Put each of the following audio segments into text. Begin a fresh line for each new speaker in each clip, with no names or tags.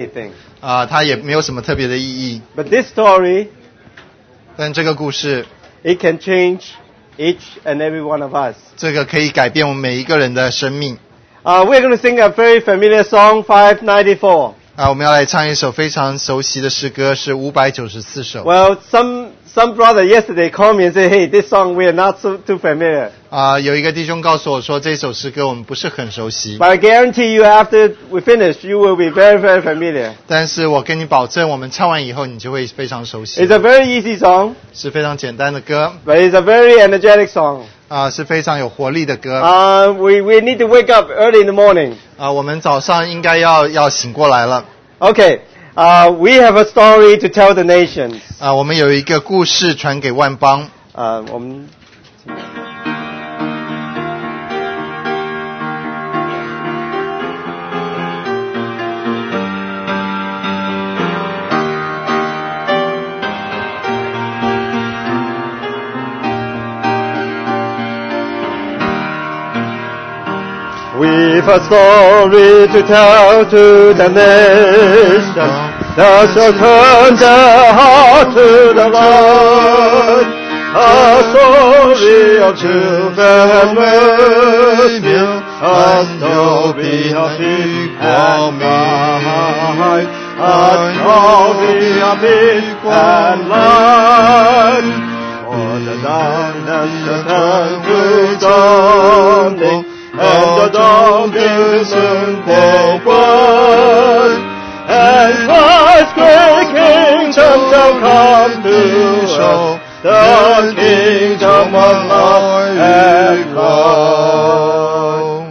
anything.
啊，它也没有什么特别的意义。
But this story,
但这个故事，
it can change each and every one of us.
这个可以改变我们每一个人的生命。
Uh, we're going to sing a very familiar song, 594.
啊，我们要来唱一首非常熟悉的诗歌，是五百九十四首。
Well, some, some brother yesterday called me and said, hey, this song we are not so, too familiar.
啊，有一个弟兄告诉我说，这首诗歌我们不是很熟悉，
But I guarantee you after we finish, you will be very, very familiar.
但是我跟你保证，我们唱完以后，你就会非常熟悉
It's，a very easy song,
是非常简单的歌，
but it's a very energetic song.
啊，是非常有活力的歌。
Uh, we, we need to wake up early in the morning.
啊，我们早上应该要要醒过来了。
Okay, uh, we have a story to tell the nations.
啊，我们有一个故事传给万邦。
Uh, 我们- We've a story to tell to the nation that shall turn their heart to the Lord. A story of truth and mercy, a story of peace and light, a story of peace and light. For the dawn and the sun will dawn, and the dawn will soon forward. And God's great kingdom shall come to us, the kingdom of love and God.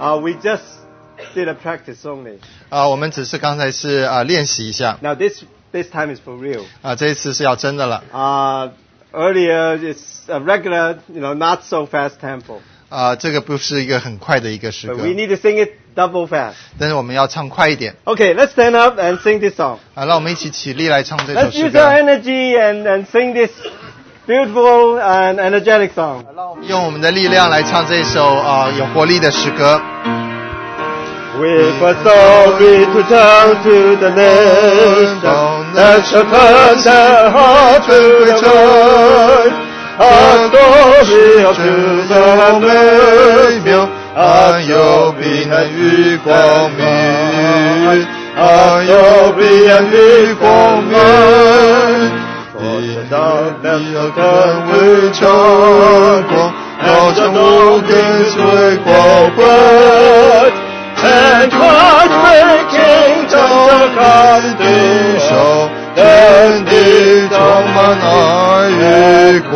Uh, we just did a practice only.
啊，我们只是刚才是啊练习一下，
Now this this time is for real.
啊，这一次是要真的了。
Uh, earlier, it's a regular, you know, not so fast tempo.
啊，这个不是一个很快的一个诗
But
歌，
we need to sing it double fast.
但是我们要唱快一点。
Okay, let's stand up and sing this song.
啊，让我们一起起立来唱这首
Let's use
诗
our
歌，
energy and, and sing this beautiful and energetic song.
用我们的力量来唱这首啊有活力的诗歌。
With a story to tell to the nation that shall turn their heart to the Lord. A story of truth and mercy,
啊，
啊，
有
有
避
避难
难与
与
光
光
明
明，
啊，
啊，
有
有
避
避
难
难
与
与
光
光
明
明。
我
我
知
知
道
道那
那首
首
歌
歌会
会唱
唱过，
过
要
要将
将
我
我
跟
跟
随
随
过
过
奔
奔。
And
And
God's
God's
great
great
kingdom
kingdom
shall
shall
come
come
to
to
us.
us.
天地充满爱与光。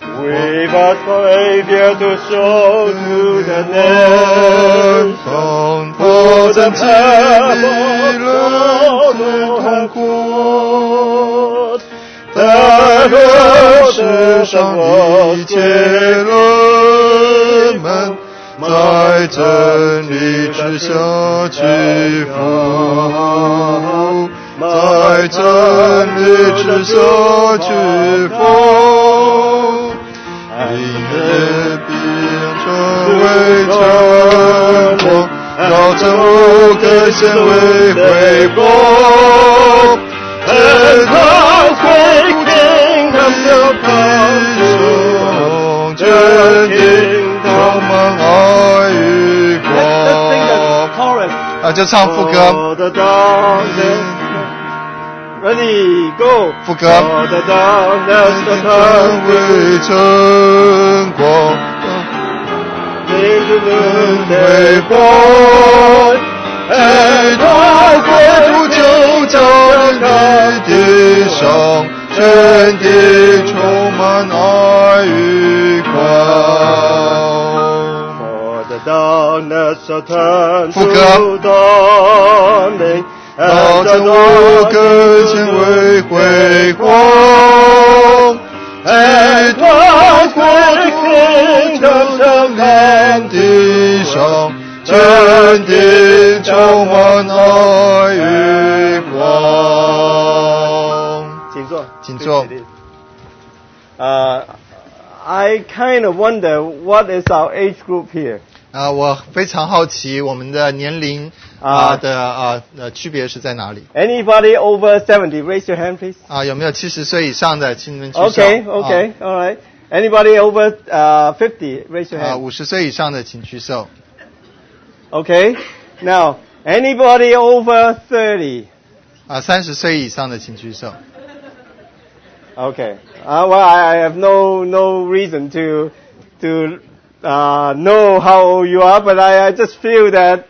We've a Savior to show to the nations.
我在这里乐此痛苦，在这世上一切人们，在真理之下屈服，在真理之下屈服。你也必成为沉默，要真无可显为回波。
And
天堂
God's
会
great
听他
kingdom shall come
小朋友，这地充满爱与
Let's just sing the
光。
chorus.
啊，就唱副歌，
For the darkness. Ready, go.
副歌。
For the darkness, the
成
sun
为晨光。
into the
回
day.
国，爱到国土就在你地上，天地充满爱与光。
For the darkness shall turn
副歌
to dawning,
保
and
证
the
我
Lord
跟前为回国，爱到国土就在你地上，天地充满爱与光。
请坐，
请坐
对。对对呃，I kind of wonder what is our age group here.
啊，我非常好奇我们的年龄啊
啊
的啊呃区别是在哪里
Anybody over 70, raise your hand, please.
啊？有没有七十岁以上的，请你们举手。
Okay, okay, all right. Anybody over uh, 50, raise
啊
your
啊，
hand.
五十岁以上的请举手。
Okay, now, anybody over 30?
啊，三十岁以上的请举手。
Okay. Uh, well, I I have no no reason to to uh, know how old you are, but I, I just feel that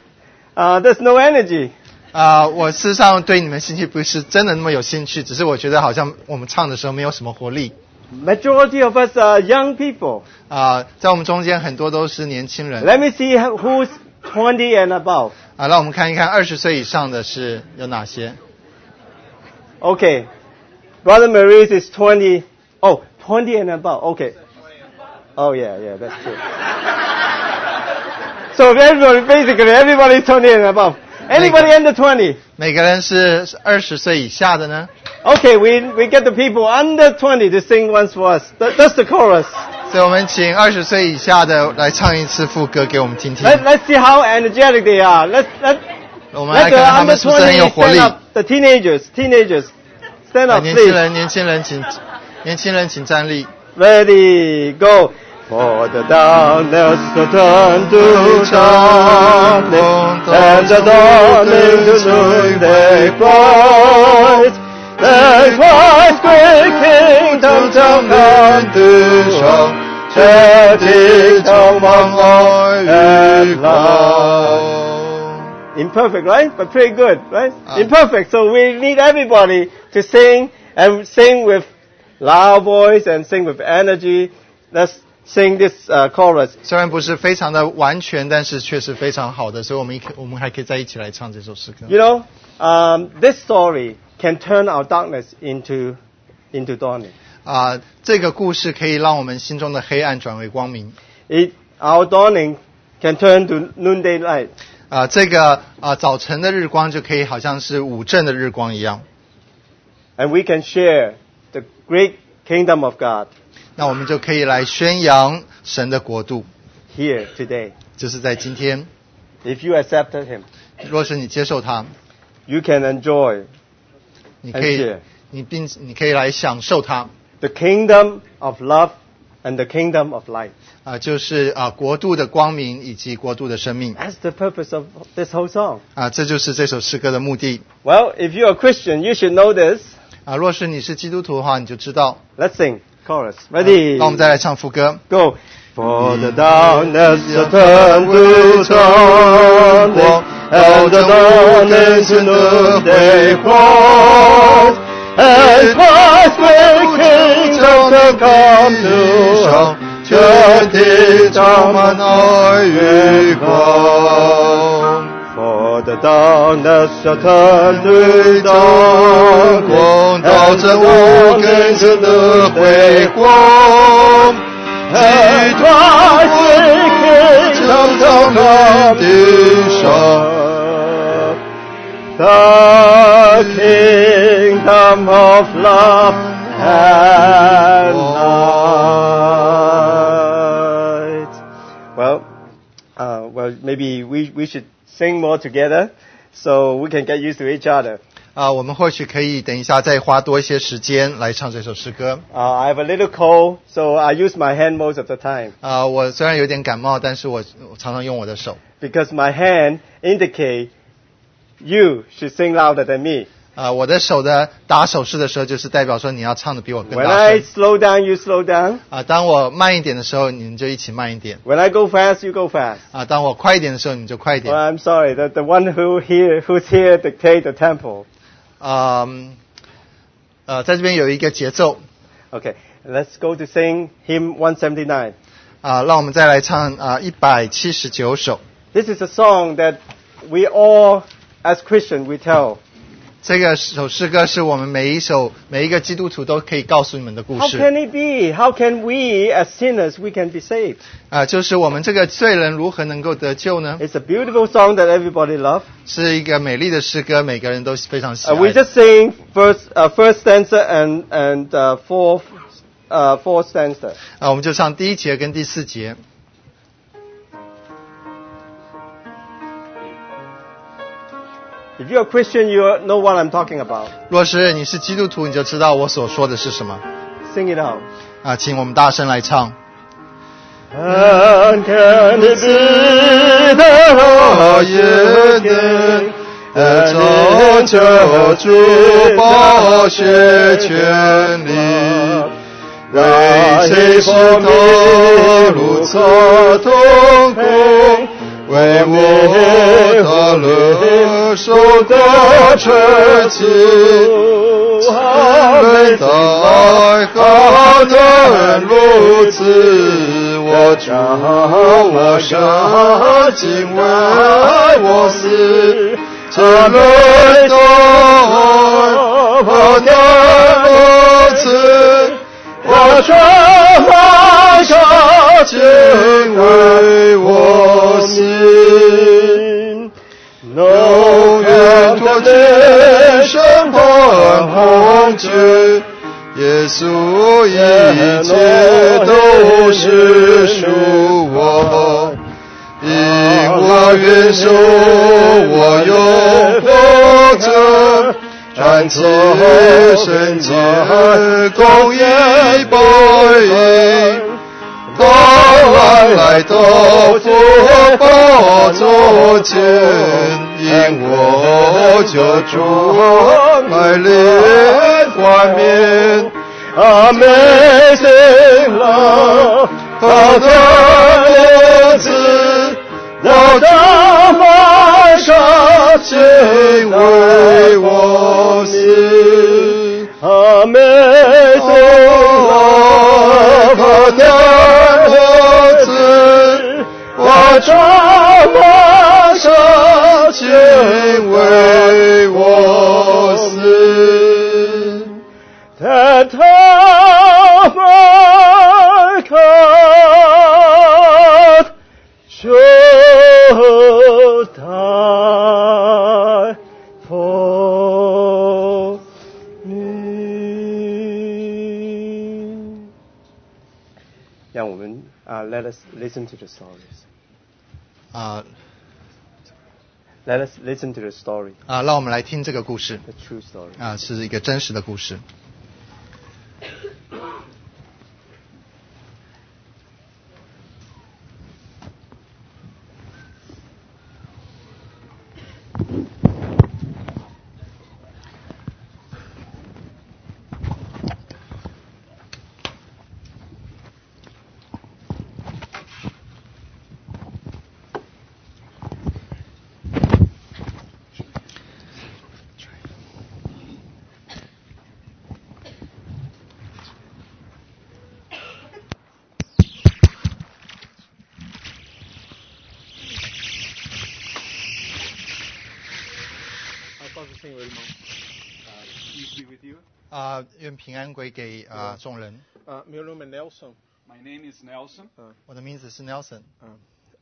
uh, there's no energy.
啊、我事实上对你们兴趣不是真的那么有兴趣，只是我觉得好像我们唱的时候没有什么活力。
Majority of us are young people.
啊、在我们中间很多都是年轻人。
Let me see how- who's 20 and above.
啊，让我们看一看二十岁以上的是有哪些。
Okay. Brother Maurice is 20. Oh, 20 and above. Okay. Oh, yeah, yeah, that's true. so everybody, basically, everybody's 20 and above. Anybody under 20?
每个人是二十岁以下的呢，
Okay, we, we get the people under 20 to sing once for us. That, that's the chorus.
所以我们请二十岁以下的来唱一次副歌给我们听听。
Let, let's see how energetic they are. Let's, let,
我们
let
来
the
看看他
under
们是不是很有
20
活
stand
力。
up. The teenagers, teenagers. Stand
啊
up,
年轻
please.
人，年轻人请，年轻人请站立。
Ready, go. For the darkness to turn to darkness, and the dawning to noonday bright. Let Christ's great kingdom come and do show, Church come on and love. Imperfect, right? But pretty good, right?
Ah.
Imperfect. So we need everybody to sing and sing with loud voice and sing with energy. Let's sing this uh, chorus.
虽然不是非常的完全，但是确实非常好的，所以我们一我们还可以在一起来唱这首诗歌。
You know, um, this story can turn our darkness into into dawning.
啊、这个故事可以让我们心中的黑暗转为光明。
It, our dawning can turn to noonday light.
啊、这个啊、早晨的日光就可以好像是午正的日光一样。
And we can share the great kingdom of God
那我们就可以来宣扬神的国度，
here today.
就是在今天。
If you accepted Him,
若是你接受它，
you can enjoy
你可
and
以
share
你并你可以来享受它啊、
the kingdom of love and the kingdom of light.
就是啊、国度的光明以及国度的生命啊、啊
That's the purpose of this whole song.
这就是这首诗歌的目的
Well, if you're a Christian, you should know this.
啊、若是你是基督徒的话，你就知道。
Let's sing chorus.
啊
Ready?
那我们再来唱副歌。
Go. Mm. For the darkness to turn to dawning, and the dawning to noonday bright, and Christ's great kingdom to come to us, 全地充满爱与光。For the darkness to turn to dawning, and the dawning to noonday bright.
极
大水
成到满地上
The kingdom of love and light. Well, uh, well, maybe we, we should sing more together so we can get used to each other.
啊，我们或许可以等一下再花多一些时间来唱这首诗歌。
Uh, I have a little cold, so I use my hand most of the time
啊，我虽然有点感冒，但是我我常常用我的手。
because my hand indicate you should sing louder than me.
啊，我的手的打手势的时候，就是代表说你要唱的比我更
When
大
I
声。
slow down, you slow down.
啊，当我慢一点的时候，你们就一起慢一点；
When I go fast, you go fast.
啊，当我快一点的时候，你们就快一
Well,
点。
I'm sorry. The, the one who here, who's here dictate the tempo.
啊、嗯呃，在这边有一个节奏
Okay, let's go to sing hymn 179.
啊、让我们再来唱啊一百七十九首。
This is a song that we all, as Christian, we tell.
这个首诗歌是我们每一首每一个基督徒都可以告诉你们的故
How
事
can it be? How can we, as sinners, we can be saved?
啊、就是我们这个罪人如何能够得救呢？
It's a beautiful song that everybody loves.
是一个美丽的诗歌，每个人都非常喜
Uh, we
爱。
just sing first, uh, first stanza and and uh, fourth, uh, fourth stanza.
啊、我们就唱第一节跟第四节。
Thank If you're a Christian, you know what I'm talking about.
若是你是基督徒，你就知道我所说的是什么
Sing it out.
啊！请我们大声来唱。
안간을
하여는 애저 저주 보실
리
권리 为谁是道路所痛苦，为我道路受到刺激。每当好的路子，我主我上敬畏我是这路走好的路子，我主我上敬畏我是。永远托起身旁控制，耶稣一切都是属我，因我愿受我有活着，战起圣洁公义报应。到晚来到福宝座前，因我救主爱怜冠冕，
Amazing love,
他的儿子，我的马上敬为我死。
amazing love,
我的儿子，我主我舍己为我死，
that our God should die for me. 让我们, uh, let us listen to the stories.
啊
Let us listen to the story,
啊！让我们来听这个故事
the true story.
啊，是一个真实的故事。
Ah,
Peace be with you.
啊，愿平安归给啊众人。
Ah,
Uh, meu nome é Nelson.
My name is Nelson.
我的名字是 Nelson。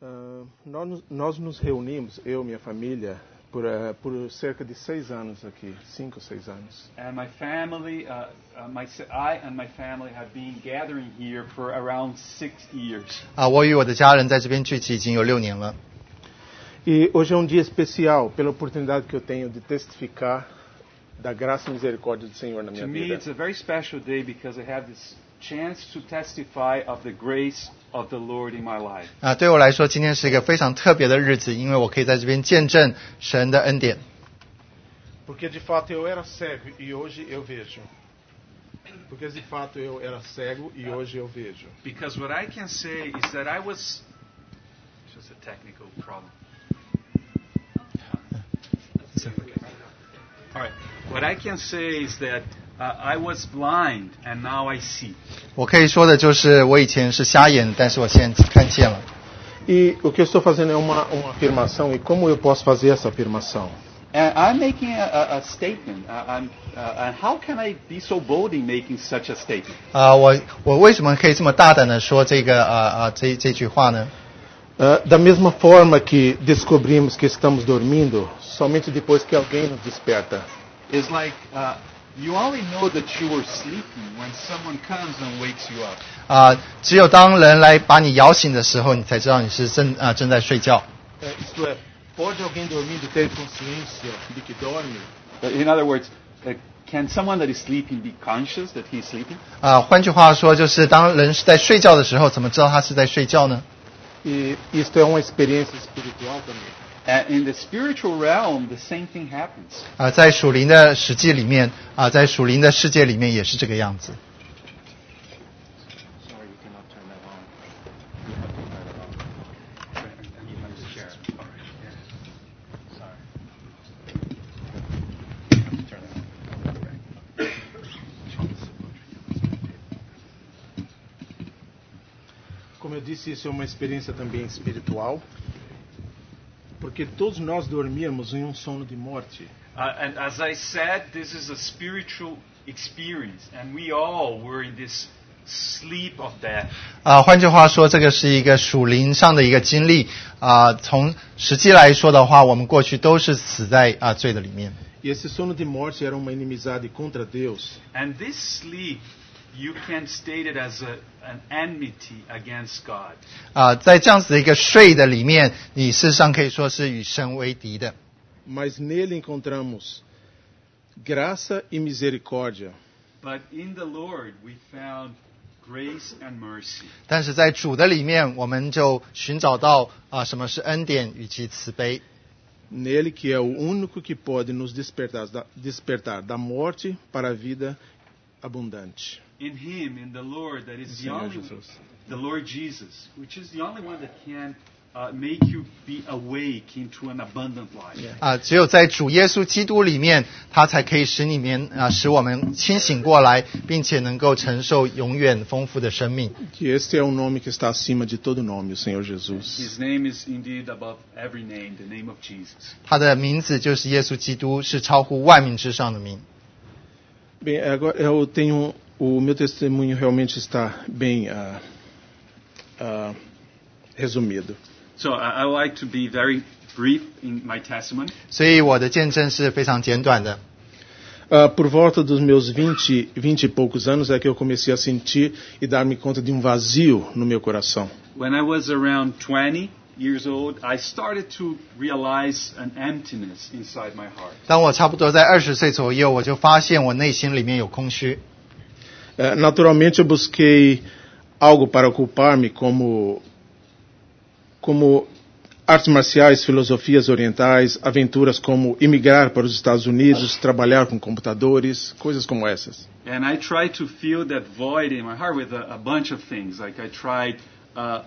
Ah, nós, nós nos reunimos, eu e minha família, por, eh, por cerca de seis anos aqui, cinco ou seis anos.
And my family, uh, uh, my, s- I and my family have been gathering here for around six years.
啊，我与我的家人在这边聚集已经有六年了。
E hoje é um dia especial pela oportunidade que eu tenho de testificar da graça e misericórdia do Senhor na minha
to me,
vida.
it's a very special day because I have this chance to testify of the grace of the Lord in my life.
啊，对我来说，今天是一个非常特别的日子，因为我可以在这边见证神的恩典。
Porque de fato eu era cego e hoje eu vejo. Porque de fato eu era cego e hoje eu vejo.
Because what I can say is that I was just a technical problem. All right. What I can say is that uh, I was blind and now I see.
我可以说的就是，我以前是瞎眼，但是我现在看见了。
E o que eu estou fazendo é uma, uma afirmação, e como eu posso fazer essa afirmação?
And I'm making a, a, a statement. I, I'm, uh, and how can I be so bold in making such a statement?
啊，我我为什么可以这么大胆的说这个啊啊这这句话呢？
Ah, da mesma forma que descobrimos que estamos dormindo somente depois que alguém nos desperta.
It's like uh, you only know that you were sleeping when someone comes and wakes you up.
啊，只有当人来把你摇醒的时候，你才知道你是正啊正在睡觉。
É, isto é,
Pode alguém dormindo ter consciência de que dorme?
In other words, uh, can someone that is sleeping be conscious that he's sleeping?
啊，换句话说，就是当人是在睡觉的时候，怎么知道他是在睡觉呢？
E isto é uma experiência espiritual também.
And Uh, in the spiritual realm, the same thing happens.
啊，在属灵的实际里面，啊，在属灵的世界里面也是这个样子。
Sorry, you cannot turn that on. You have to turn that on. Right, you have to share. All right, yeah. Sorry. Turn it on. Right.
Como eu disse, isso é uma experiência também espiritual, porque todos nós dormíamos em um sono de morte.
Uh, and as I said, this is a spiritual experience, and we all were in this sleep of death.
啊，换句话说，这个是一个属灵上的一个经历。啊，从实际来说的话，我们过去都是死在啊罪的里面。
E esse sono de morte era uma inimizade contra Deus.
And this sleep, you can state it as a, an enmity against God.
啊，在这样子的一个睡的里面，你事实上可以说是与神为敌的。
mas nele encontramos graça e misericórdia.
But in the Lord, we found grace and mercy.
但是在主的里面，我们就寻找到啊什么是恩典与其慈悲。
Nele que é o único que pode nos despertar da, despertar da morte para a vida abundante.
In Him, in the Lord, that is the
Senhor
only
Jesus.
the Lord Jesus, which is the only one that can uh, make you be awake into an abundant life.
啊，只有在主耶稣基督里面，他才可以使里面啊，使我们清醒过来，并且能够承受永远丰富的生命。
Que este é o nome que está acima de todo nome, o Senhor Jesus.
His name is indeed above every name, the name of Jesus.
他的名字就是耶稣基督，是超乎万民之上的名。
Bem, agora eu tenho o meu testemunho realmente está bem ah, ah, resumido.
So I, I like to be very brief in my testimony.
所以我的见证是非常简短的。
Ah, por volta dos meus 20, 20 e poucos anos é que eu comecei a sentir e dar-me conta de um vazio no meu coração.
When I was around 20 years old, I started to realize an emptiness inside my heart.
当我差不多在二十岁左右，我就发现我内心里面有空虚。
Eh, naturalmente eu busquei algo para ocupar-me como como artes marciais, filosofias orientais, aventuras como emigrar para os Estados Unidos, trabalhar com computadores, coisas como essas.
And I tried to fill that void in my heart with a, a bunch of things. Like I tried uh,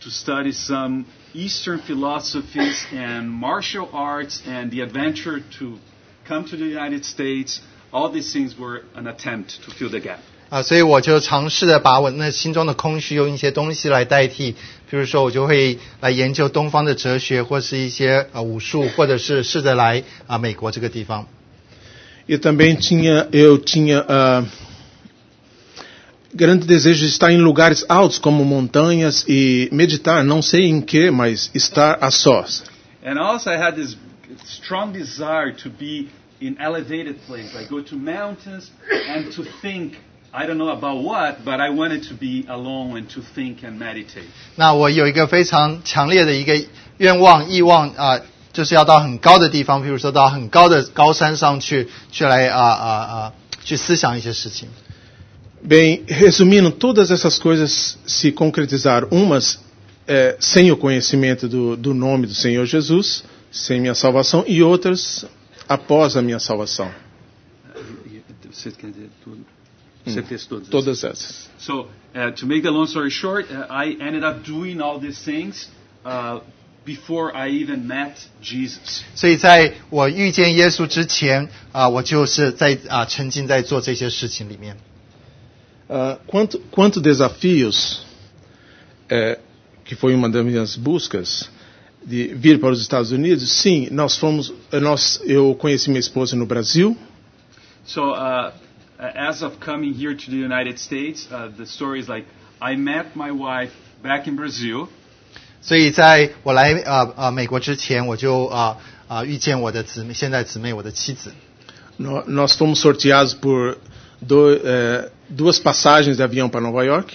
to study some Eastern philosophies and martial arts and the adventure to come to the United States. All these things were an attempt to fill the gap.
啊，所以我就尝试的把我那心中的空虚用一些东西来代替，比如说我就会来研究东方的哲学，或是一些啊武术，或者是试着来啊美国这个地方。
E também tinha, eu tinha ah, grande desejo de estar em lugares altos, como montanhas, e meditar, não sei em que, mas estar a sós.
And also, I had this strong desire to be in elevated place. I go to mountains and to think. I don't know about what, but I wanted to be alone and to think and meditate.
那我有一个非常强烈的一个愿望、意望啊、就是要到很高的地方，比如说到很高的高山上去，去来啊啊啊，去思想一些事情。
Bem, resumindo, todas essas coisas se concretizaram. Umas eh, sem o conhecimento do, do nome do Senhor Jesus, sem minha salvação, e outras após a minha salvação.
Você quer dizer tudo? Você fez todas.
Todas essas.
So, uh, to make the long story short, uh, I ended up doing all these things uh, before I even met Jesus.
所以在我遇见耶稣之前啊、我就是在啊、沉浸在做这些事情里面。
Ah, quanto, quanto desafios, eh, que foi uma das minhas buscas, de vir para os Estados Unidos, sim, nós fomos, eh, nós, eu conheci minha esposa no Brasil,
So, uh, as of coming here to the United States, uh, the story is like I met my wife back in Brazil,
所以在我来啊啊美国之前，我就啊啊、遇见我的姊妹，现在姊妹我的妻子。
nó, é, nós fomos sorteados por do, eh, duas passagens de avião para Nova York,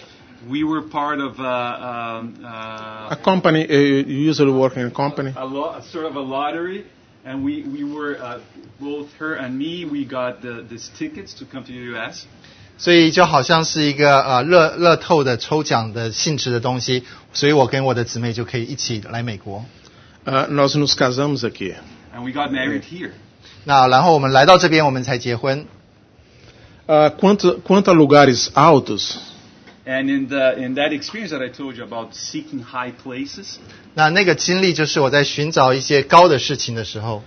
we were part of a, um, uh,
A company, uh, you usually work in a company.
a lo- sort of a lottery, and we we were uh, both her and me. We got the, these tickets to come to the U.S.
所以就好像是一个呃乐乐透的抽奖的性质的东西，所以我跟我的姊妹就可以一起来美国。
Ah, nós nos casamos aqui.
and we got married here.
那然后我们来到这边，我们才结婚。
Ah, quanto, quanto a lugares altos,
And in the in that experience that I told you about seeking high places,
那那个经历就是我在寻找一些高的事情的时候，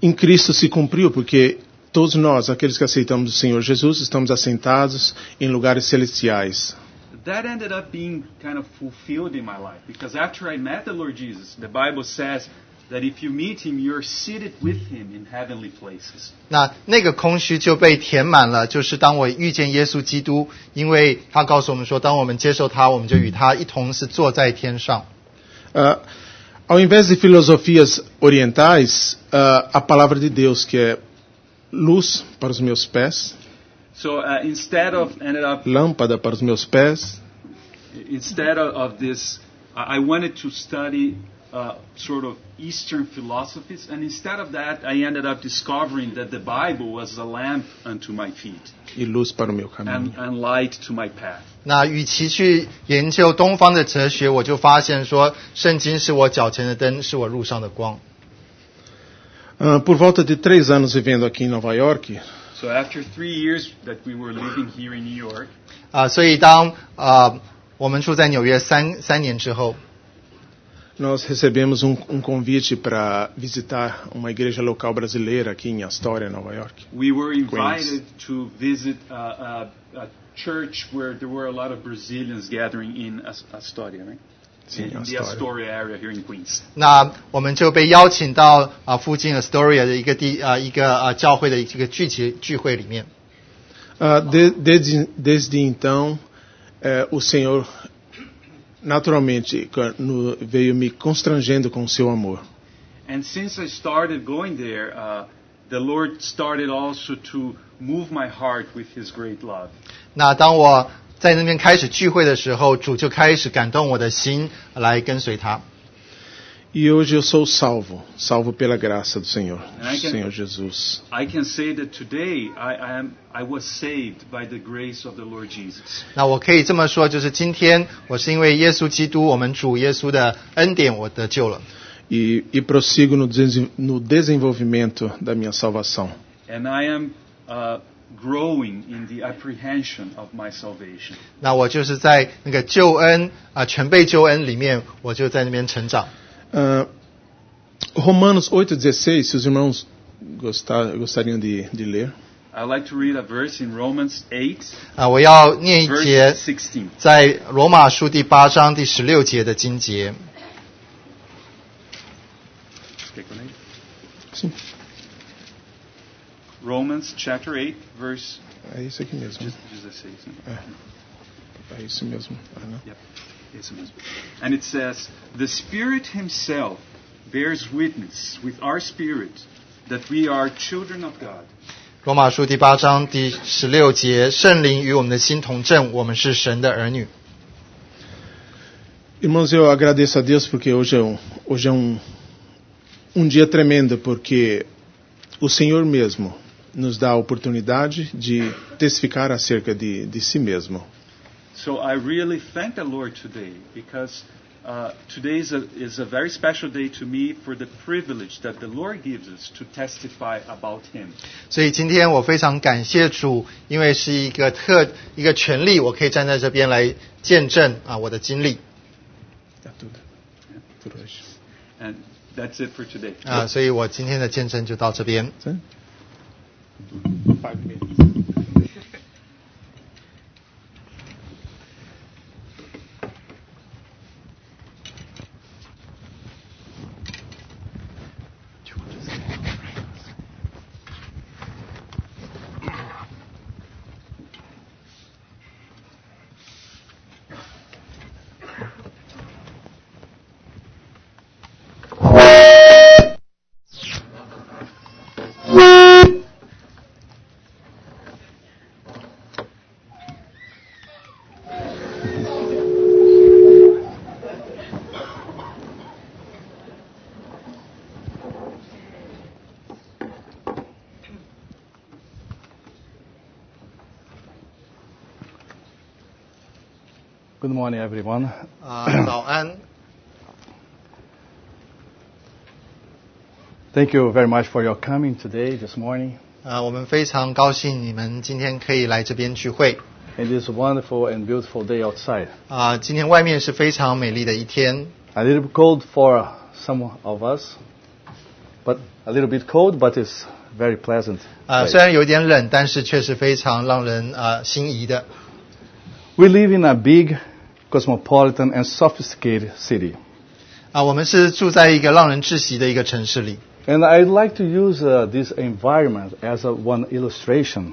em Cristo se cumpriu, porque todos nós, aqueles que aceitamos o Senhor Jesus, estamos assentados em lugares celestiais.
that ended up being kind of fulfilled in my life because after I met the Lord Jesus, the Bible says that if you meet him, you're seated with him in heavenly places.
那那个空虚就被填满了。就是当我遇见耶稣基督，因为他告诉我们说，当我们接受他，我们就与他一同是坐在天上。
Ah, ao invés de filosofias orientais, ah, a palavra de Deus, que é luz para os meus pés,
So uh, instead of ended up
lâmpada para os meus pés,
instead of, of this, I I wanted to study uh, sort of Eastern philosophies, and instead of that, I ended up discovering that the Bible was a lamp unto my feet
e luz para o meu caminho.
and, and light to my path.
那与其去研究东方的哲学，我就发现说，圣经是我脚前的灯，是我路上的光。
Ah, por volta de três anos vivendo aqui em Nova York,
So after three years that we were living here in New York,
啊、所以当啊我们住在纽约三三年之后，
nós recebemos um, um convite para visitar uma igreja local brasileira aqui em Astoria, Nova York.
we were invited to visit uh, uh, a church where there were a lot of Brazilians gathering in As- Astoria, right?
Sim,
in the
Astoria.
Astoria area here in Queens.
那我们就被邀请到啊、附近 Astoria 的一个地啊、一个啊、教会的一个聚集聚会里面。
Ah, de- desde, desde então, eh, o Senhor naturalmente ca- no- veio me constrangendo com o seu amor.
And since I started going there, uh, the Lord started also to move my heart with His great love.
那当我在那边开始聚会的时候，主就开始感动我的心来跟随他。
E hoje eu sou salvo, salvo pela graça do Senhor,
Ai, que-
Senhor Jesus.
I can say that today I, I am I was saved by the grace of the Lord Jesus.
那我可以这么说，就是今天我是因为耶稣基督，我们主耶稣的恩典，我得救了。
E, e prossigo no, desen- no desenvolvimento da minha salvação.
And I am uh, growing in the apprehension of my salvation.
那我就是在那个救恩啊、全被救恩里面，我就在那边成长。
Ah, Romanos 8,16, se os irmãos gostar, gostariam de, de ler.
I'd like to read a verse in Romans 8,
啊，我要念一节
verse 16.
在罗马书第八章第十六节的经节。
Sim,
Romans chapter 8, verse
é isso aqui mesmo.
16.
É isso mesmo. Ah, não.
Yep. It's amazing. And it says, The Spirit Himself bears witness with our spirit that we are children of God.
罗马书第八章第十六节，圣灵与我们的心同证，我们是神的儿女。
Irmãos, eu agradeço a Deus porque hoje é um, hoje é um, um dia tremendo, porque o Senhor mesmo nos dá a oportunidade de testificar acerca de, de si mesmo.
So I really thank the Lord today because uh, today is a, is a very special day to me for the privilege that the Lord gives us to testify about Him.
所以今天我非常感谢主，因为是一个特一个权利，我可以站在这边来见证啊我的经历
É tudo. Por hoje.
And that's it for today.
啊，所以我今天的见证就到这边。
Sim? Good morning, everyone.
啊、早安，
Thank you very much for your coming today, this morning,
啊、我们非常高兴你们今天可以来这边聚会。
in this wonderful and beautiful day outside.
啊、今天外面是非常美丽的一天，
A little bit cold for some of us, but a little bit cold, but it's very pleasant.
啊、
place.
虽然有点冷，但是却是非常让人啊、心仪的。
We live in a big, cosmopolitan, and sophisticated city.
啊、我们是住在一个让人窒息的一个城市里，
And I'd like to use uh, this environment as a, one illustration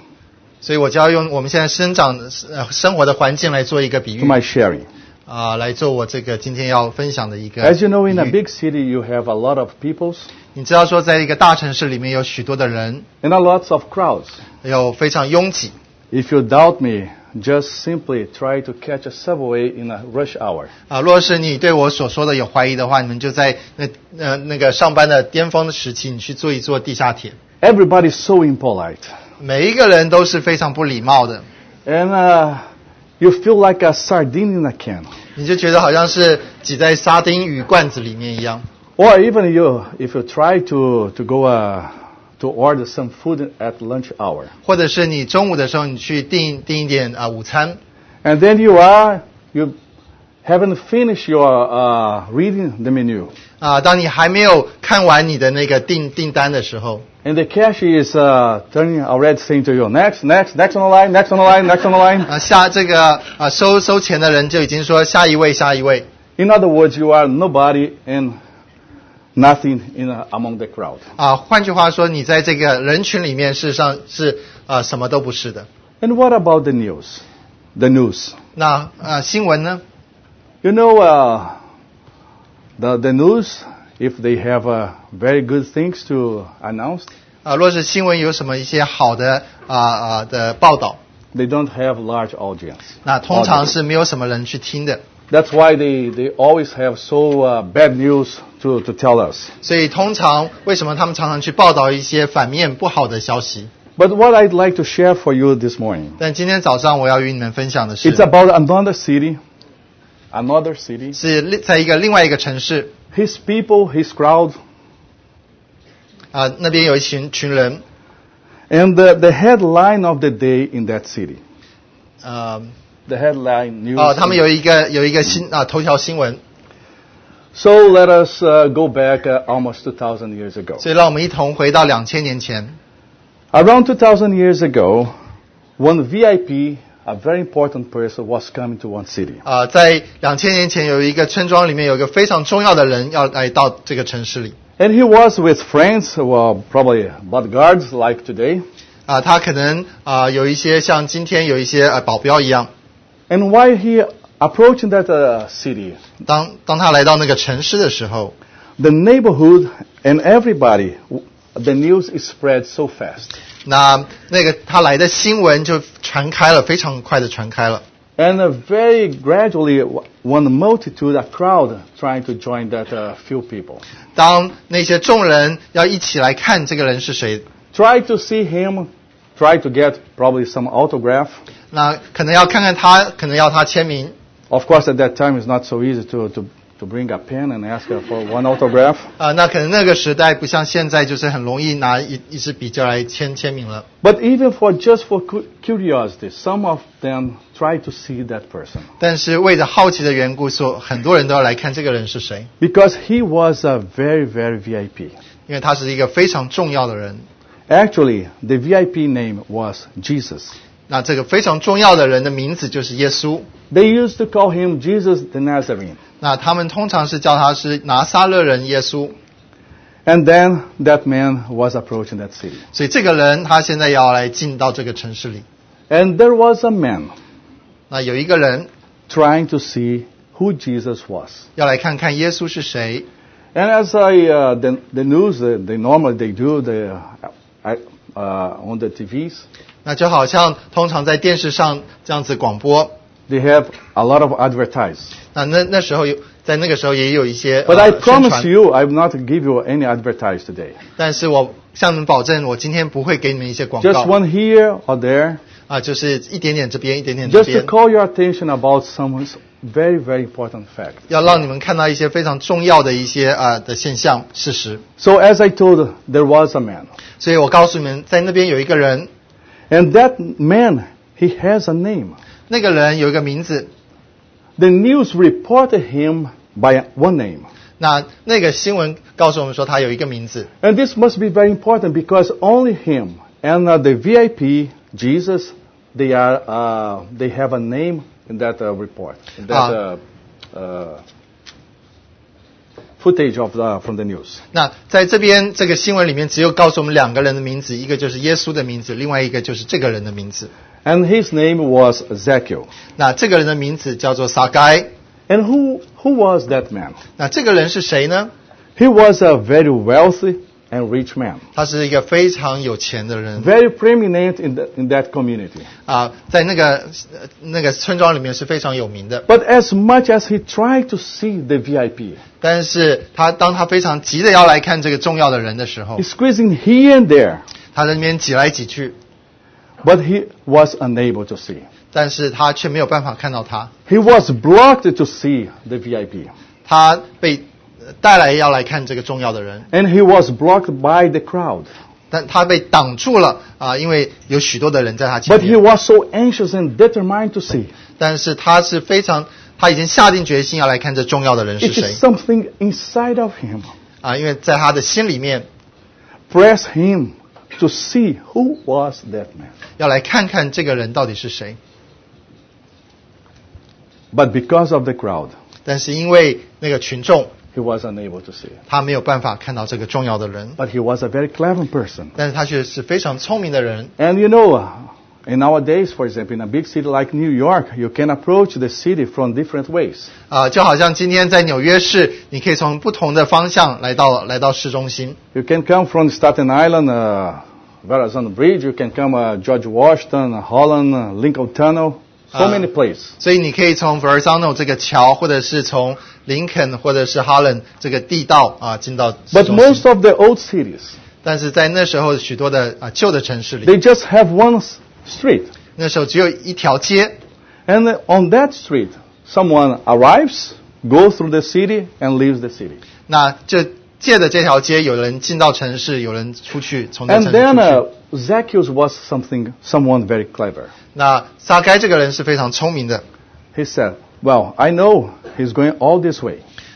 所以我就要用我们现在生长的呃生活的环境来做一个比
to
喻
my sharing.
啊、来做我这个今天要分享的一个。
As you know, in a
比喻
big city, you have a lot of peoples
你知道说，在一个大城市里面有许多的人，
and a lots of crowds.
有非常拥挤。
If you doubt me, just simply try to catch a subway in a rush hour.
啊，若是你对我所说的有怀疑的话，你们就在那呃那个上班的巅峰的时期，你去坐一坐地下铁。
Everybody's so impolite.
每一个人都是非常不礼貌的，
And uh, you feel like a sardine in a can.
你就觉得好像是挤在沙丁鱼罐子里面一样。
Or even you, if you try to, to go uh, to order some food at lunch hour.
或者是你中午的时候，你去订订一点啊、午餐，
And then you are, you haven't finished your uh, reading the menu.
啊、当你还没有看完你的那个订订单的时候，
And the cashier is uh, turning already saying to you, next, next, next on the line, next on the line, next on the
啊、
line.
下这个啊、收收钱的人就已经说下一位下一位，
In other words, you are nobody and nothing in, uh, among the crowd.
啊、换句话说，你在这个人群里面，事实上是啊、什么都不是的。
And what about the news? The news.
那啊、新闻呢？
You know, uh, the, the news, if they have uh, very good things to announce,
啊，若是新闻有什么一些好的啊啊的报道，
they don't have large audience.
那通常是没有什么人去听的，
That's why they, they always have so uh, bad news to, to tell us.
所以通常为什么他们常常去报道一些反面不好的消息？
But what I'd like to share for you this morning,
但今天早上我要与你们分享的是
it's，about another city, another city,
是另在一个另外一个城市
his people, his crowd,
啊、那边有一群群人，
and the, the headline of the day in that city.
呃，
The headline news.
哦，他们有一个有一个新啊、头条新闻，
So let us uh, go back uh, almost 2,000 years ago.
所以让我们一同回到两千年前。
Around 2,000 years ago, one VIP, a very important person, was coming to one city.
啊、在两千年前有一个村庄里面有一个非常重要的人要来到这个城市里，
And he was with friends, well, probably bodyguards like today.
啊、他可能啊、有一些像今天有一些呃保镖一样，
And while he approaching that uh, city,
当当他来到那个城市的时候，
the neighborhood and everybody, w- the news is spread so fast.
那那个他来的新闻就传开了，非常快的传开了。
And uh, very gradually, w- one multitude, a crowd, trying to join that uh, few people.
当那些众人要一起来看这个人是谁，
Try to see him, try to get probably some autograph.
那可能要看看他，可能要他签名。
Of course, at that time, it's not so easy to, to, to bring a pen and ask her for one autograph.
啊、那可能那个时代不像现在，就是很容易拿一一支笔就来签签名了。
But even for just for cu- curiosity, some of them try to see that person
但是为着好奇的缘故，说很多人都要来看这个人是谁，
because he was a very, very VIP.
因为他是一个非常重要的人。
Actually, the VIP name was Jesus.
那这个非常重要的人的名字就是耶稣。
They used to call him Jesus the Nazarene.
那他们通常是叫他是拿撒勒人耶稣。
And then that man was approaching that city.
所以这个人他现在要来进到这个城市里。
And there was a man
那有一个人
trying to see who Jesus was.
要来看看耶稣是谁。
And as I, uh, the, the news, uh, they normally they do the, uh, I- uh, on the TVs,
那就好像通常在电视上这样子广播，
they have a lot of advertise.
那那那时候有在那个时候也有一些、
But
呃
I
宣
promise
传，
you, I will not give you any advertise today.
但是我向你们保证，我今天不会给你们一些广
Just
告
one here or there,
啊，就是一点点这边，一点点这
just to
边
call your attention about someone's very, very important fact.
要让你们看到一些非常重要的一些啊的现象事实。
So as I told, there was a man.
所以我告诉你们，在那边有一个人，
And that man, he has a name.
那个人有一个名字，
The news reported him by one name.
那那个新闻告诉我们说他有一个名字，
And this must be very important because only him and uh, the VIP, Jesus, they are uh, they have a name in that uh, report, in that
Ah.
uh, uh, footage of the, from the news.
那在这边这个新闻里面，只有告诉我们两个人的名字，一个就是耶稣的名字，另外一个就是这个人的名字。
And his name was Ezekiel.
那这个人的名字叫做撒该。
And who who was that man?
那这个人是谁呢？
He was a very wealthy and rich man,
他是一个非常有钱的人
very prominent in, the, in that community.
啊，在那个呃那个村庄里面是非常有名的。
But as much as he tried to see the VIP,
但是他当他非常急的要来看这个重要的人的时候
he，squeezing here and there,
他在那边挤来挤去，
but he was unable to see.
但是他却没有办法看到他，
He was blocked to see the VIP,
他被呃带来要来看这个重要的人，
and he was blocked by the crowd.
但他被挡住了啊，因为有许多的人在他前
But he
面。
was so anxious and determined to see.
但是他是非常，他已经下定决心要来看这重要的人是
It
谁
is something inside of him,
啊，因为在他的心里面
press him to see who was that man.
要来看看这个人到底是谁。
But because of the crowd,
但是因为那个群众，
he was unable to see.
他没有办法看到这个重要的人，
But he was a very clever person.
但是他却是非常聪明的人。
And you know, uh, in nowadays, for example, in a big city like New York, you can approach the city from different ways.
啊，就好像今天在纽约市，你可以从不同的方向来到来到市中心。
You can come from Staten Island, uh, Verrazano Bridge. You can come uh, George Washington, Holland, uh, Lincoln Tunnel. So
Ah.
many places.
所以你可以从 Verazano 这个桥，或者是从林肯，或者是哈伦这个地道啊，进到市
But
中心
most。of the old cities,
但是在那时候，许多的啊旧的城市里，
they just have one s- street,
那时候只有一条街，
and uh, on that street, someone arrives, goes through the city, and leaves the city.
那就借着这条街，有人进到城市，有人出去，从这城
And
市出
then
去。
uh, Zacchaeus was something, someone very clever.
那撒该这个人是非常聪明的，
He said, "Well, I know he's going all this way.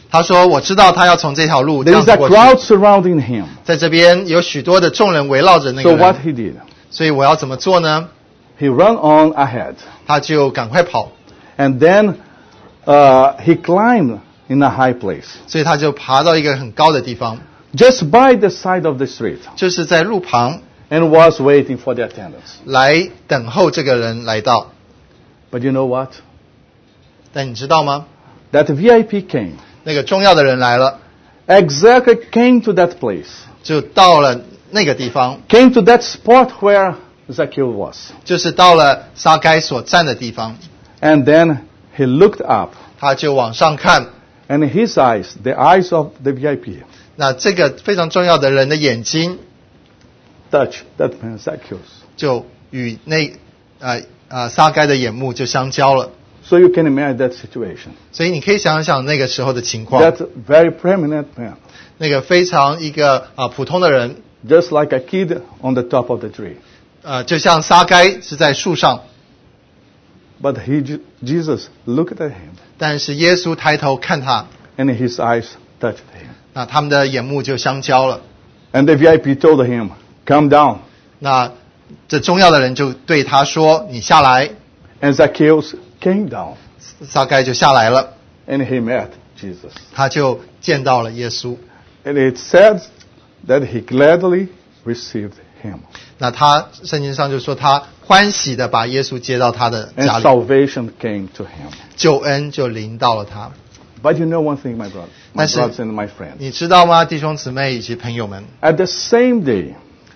他说：“我知道他要从这条路这
There
样
is
子
a
过去
crowd，surrounding him.
在这边有许多的众人围绕着那个
So
人
what he did?
所以我要怎么做呢？
He ran on ahead."
他就赶快跑，
And then uh, he climbed in a high place,
所以他就爬到一个很高的地方，
just by the side of the street,
就是在路旁
and was waiting for the attendants.
来等候这个人来到。
But you know what?
但你知道吗？
That VIP came.
那个重要的人来了，
Exactly came to that place,
就到了那个地方，
came to that spot where Zacchaeus was.
就是到了撒该所站的地方，
And then he looked up,
他就往上看。
and his eyes, the eyes of the VIP,
那这个非常重要的人的眼睛
touched that man Zacchaeus.
就与那呃呃撒该的眼目就相交了。
So you can imagine that situation.
所以你可以想想那个时候的情况
That，very prominent man,
那个非常一个啊、普通的人，
just like a kid on the top of the tree.
呃，就像撒该是在树上，
But he, Je- Jesus looked at him,
但是耶稣抬头看他，
and his eyes touched him.
那他们的眼目就相交了。
And the VIP told him, Come down.
那这重要的人就对他说：“你下来。
And Zacchaeus came down, ”
撒该就下来了，
and he met Jesus.
他就见到了耶稣。
And it says that he gladly received him.
那他圣经上就说他欢喜的把耶稣接到他的
And
家里，
salvation came to him.
救恩就临到了他。
But you know one thing, my, brother, my
That's it.
brothers and my friends.
你知道吗，弟兄姊妹以及朋友们，
At the same day,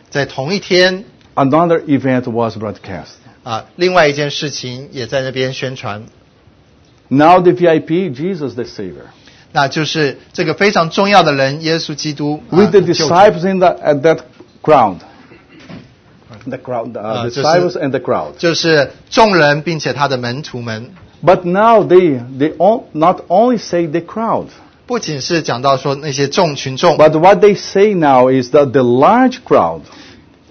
在同一天
another event was broadcast.
啊，另外一件事情也在那边宣传，
Now the VIP, Jesus the Savior,
那就是这个非常重要的人耶稣基督。啊
with the
救主
disciples in the, at that crowd. The crowd, the uh,
Uh, just-
disciples and the crowd.
就是众人，并且他的门徒们，
But now they, they on, not only say the crowd,
不仅是讲到说那些众群众，
but what they say now is that the large crowd,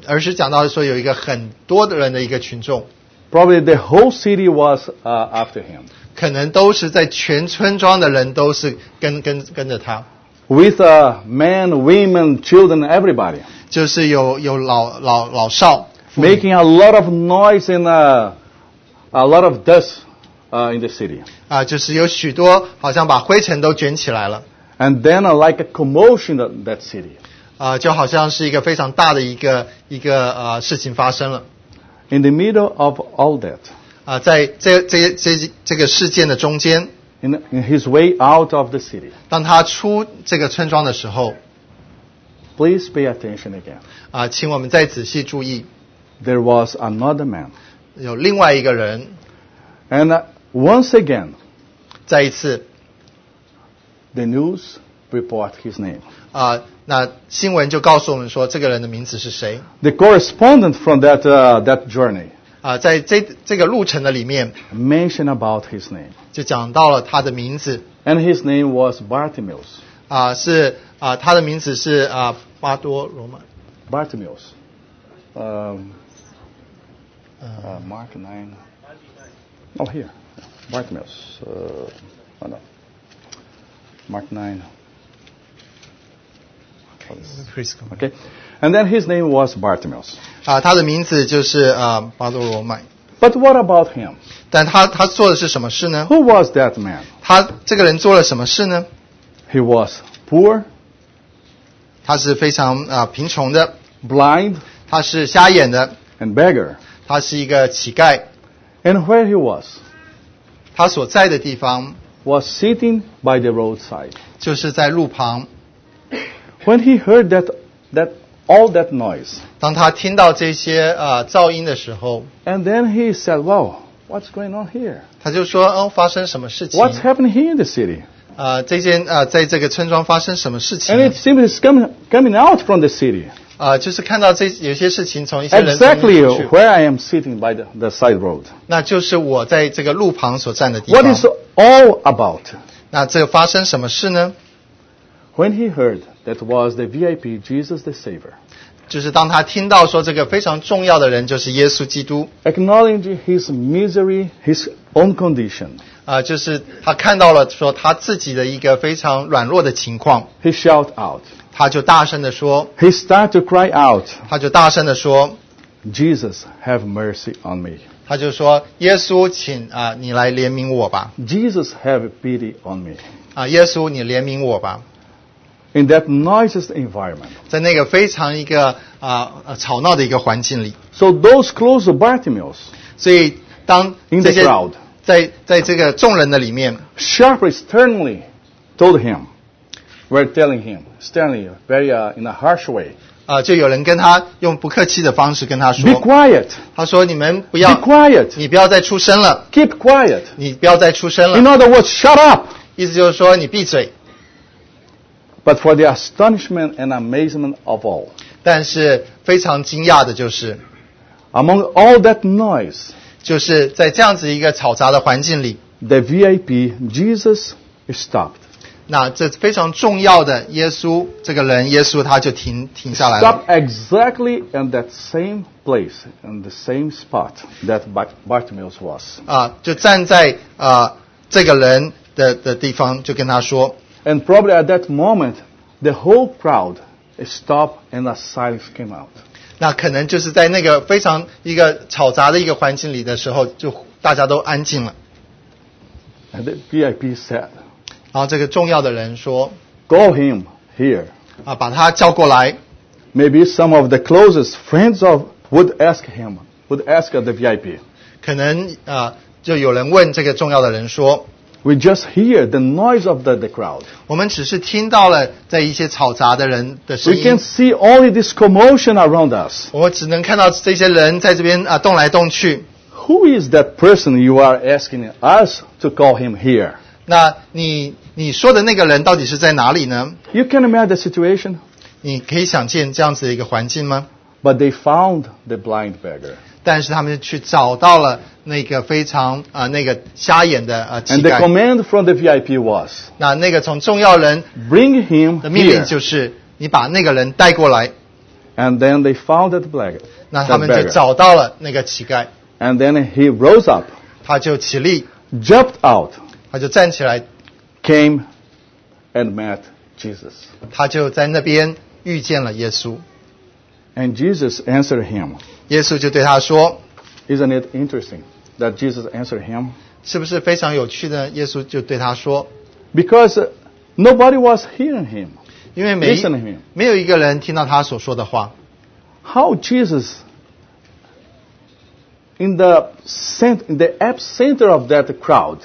而是讲到说有一个很多的人的一个群众，
probably the whole city was uh, after him,
可能都是在全村庄的人都是跟跟跟着他，
with uh, men, women, children, everybody,
就是有有老老老少，
making a lot of noise and uh, a lot of dust uh, in the city.
啊，就是有许多好像把灰尘都卷起来了，
And then uh, like a commotion in that city.
啊，就好像是一个非常大的一个一个呃事情发生了，
In the middle of all that,
啊，在这这这这个事件的中间，
in, in his way out of the city,
当他出这个村庄的时候，
please pay attention again.
啊，请我们再仔细注意，
There was another man.
有另外一个人
And uh, once again,
再一次
the news report his name.
啊，那新闻就告诉我们说这个人的名字是谁
The correspondent from that, uh, that journey
啊，在这这个路程的里面
mentioned about his name.
就讲到了他的名字
And his name was Bartimaeus.
啊，是啊，他的名字是啊巴多罗马
Bartimaeus. Um, uh, Mark 9. Oh, here. Bartimaeus. Uh, oh, no. Mark 9.
Prisco
Okay. And then his name was Bartimaeus.
啊，他的名字就是啊巴多罗麦，
But what about him?
但他他做的是什么事呢？
Who was that man?
他这个人做了什么事呢？
He was poor,
他是非常啊贫穷的，
blind,
他是瞎眼的，
and beggar.
他是一个乞丐，
And where he was?
他所在的地方
Was sitting by the roadside.
就是在路旁。
When he heard that, that all that noise,
当他听到这些啊噪音的时候，
and then he said, "Wow, what's going on here?
他就说：“哦，发生什么事情？
What's happening here in the city?"
啊，这件啊，在这个村庄发生什么事情
And
呢？
it seems it's coming coming out from the city.
啊，就是看到这有些事情从一些人身上
Exactly
去，
where I am sitting by the, the side road.
那就是我在这个路旁所站的地
What is
方。
all about?
那这发生什么事呢？
When he heard that was the VIP Jesus the Savior,
就是当他听到说这个非常重要的人就是耶稣基督，
acknowledging his misery, his own condition,
啊，就是他看到了说他自己的一个非常软弱的情况，
he shout out.
他就大声的说，
He start to cry out,
他就大声的说，
Jesus, have mercy on me.
他就说：“耶稣，请啊，你来怜悯我吧！
Jesus, have pity on me.
啊，耶稣，你怜悯我吧！”
In that noisiest environment.
在那个非常一个啊呃吵闹的一个环境里，
So those close to Bartimaeus,
所以当
In
这
the
些
crowd
在在这个众人的里面
sharply, sternly told him, were telling him, sternly, very uh, in a harsh way,
啊、就有人跟他用不客气的方式跟他
be
说
quiet,：“
他说你们不
be
要，
quiet,
你不要再出声了，
keep quiet.
你不要再出声
In
了。
other words, shut up. ”
意思就是说你闭嘴。
But for the astonishment and amazement of all,
但是非常惊讶的就是，
among all that noise,
就是在这样子一个嘈杂的环境里，
the VIP, Jesus, stopped.
那这非常重要的耶稣这个人，耶稣他就停停下来了
Stop。exactly in that same place, in the same spot that Bart- Bartimaeus was.
啊，就站在啊这个人的的地方，就跟他说
And probably at that moment, the whole crowd stopped and a silence came out.
那可能就是在那个非常一个嘈杂的一个环境里的时候，就大家都安静了。
And the VIP said,
然后这个重要的人说
Call him here.
啊，把他叫过来
Maybe some of the closest friends of would ask him, would ask the VIP.
可能啊，就有人问这个重要的人说，
We just hear the noise of the, the crowd.
我们只是听到了在一些嘈杂的人的声
We can
音，
see only this commotion around us.
我只能看到这些人在这边啊动来动去。
Who is that person you are asking us to call him here?
那你你说的那个人到底是在哪里呢？
You can imagine the situation,
你可以想见这样子的一个环境吗？
but they found the blind beggar.
但是他们去找到了那个非常啊、呃那个瞎眼的啊、呃、乞
And the
丐。
command from the VIP was
那那个从重要人
bring him
的命令
here.
就是你把那个人带过来，
And then they found that beggar.
那他
That
们就
beggar.
找到了那个乞丐，
And then he rose up,
他就起立，
jumped out,
他就站起来，
came and met Jesus.
他就在那边遇见了耶稣。
And Jesus answered him.
耶稣就对他说
Isn't it interesting that Jesus answered him?：“
是不是非常有趣呢？”耶稣就对他说
Because uh, nobody was hearing him.：“
因为没
Listen to him.
没有一个人听到他所说的话。
How Jesus, in the, cent- in the epicenter of that crowd,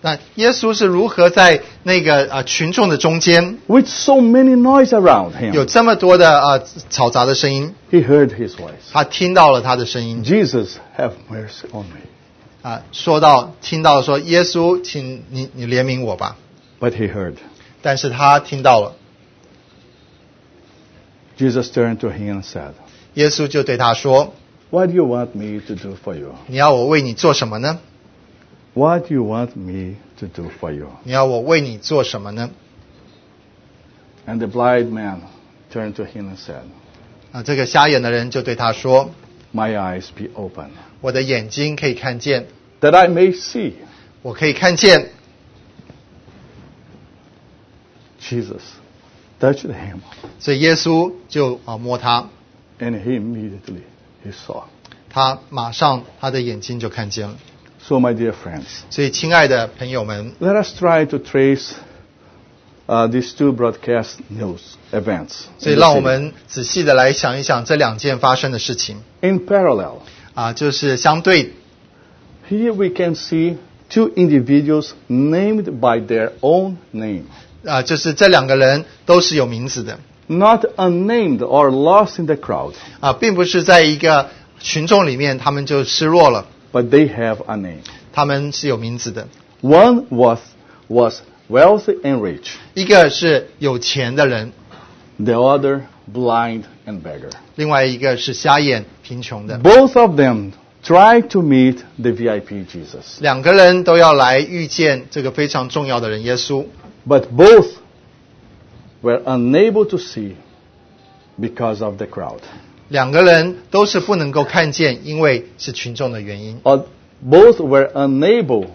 那耶稣是如何在那个啊、呃群众的中间，
with so many noise around
有
him,
这么多的啊、呃嘈杂的声音，
he heard his voice.
他听到了他的声音
Jesus, have mercy on me.
啊、说到听到说耶稣，请你你怜悯我吧。
But he heard.
但是他听到了，
Jesus turned to him and said,
耶稣就对他说
What do you want me to do for you?：“
你要我为你做什么呢？
What do you want me to do for you?
你要我为你做什么呢
And the blind man turned to him and said,？”
啊，这个瞎眼的人就对他说
My eyes be open,：“
我的眼睛可以看见，
that I may see.
我可以看见。
Jesus touched him, ”
所以耶稣就啊摸他，
and he immediately he saw.
他马上他的眼睛就看见了。
So, my dear friends,
所以，亲爱的朋友们，
let us try to trace uh, these two broadcast news events
所以
in the
让我
city
们仔细的来想一想这两件发生的事情
in parallel.
啊，就是相对
Here we can see two individuals named by their own name,
啊，就是这两个人都是有名字的
not unnamed or lost in the crowd,
啊，并不是在一个群众里面他们就失落了，
but they have a name.
他们是有名字的。
One was, was wealthy and rich,
一个是有钱的人，
the other blind and beggar.
另外一个是瞎眼贫穷的，
Both of them tried to meet the VIP Jesus,
两个人都要来遇见这个非常重要的人耶稣，
but both were unable to see because of the crowd.
两个人都是不能够看见，因为是群众的原因。
Or Uh, both were unable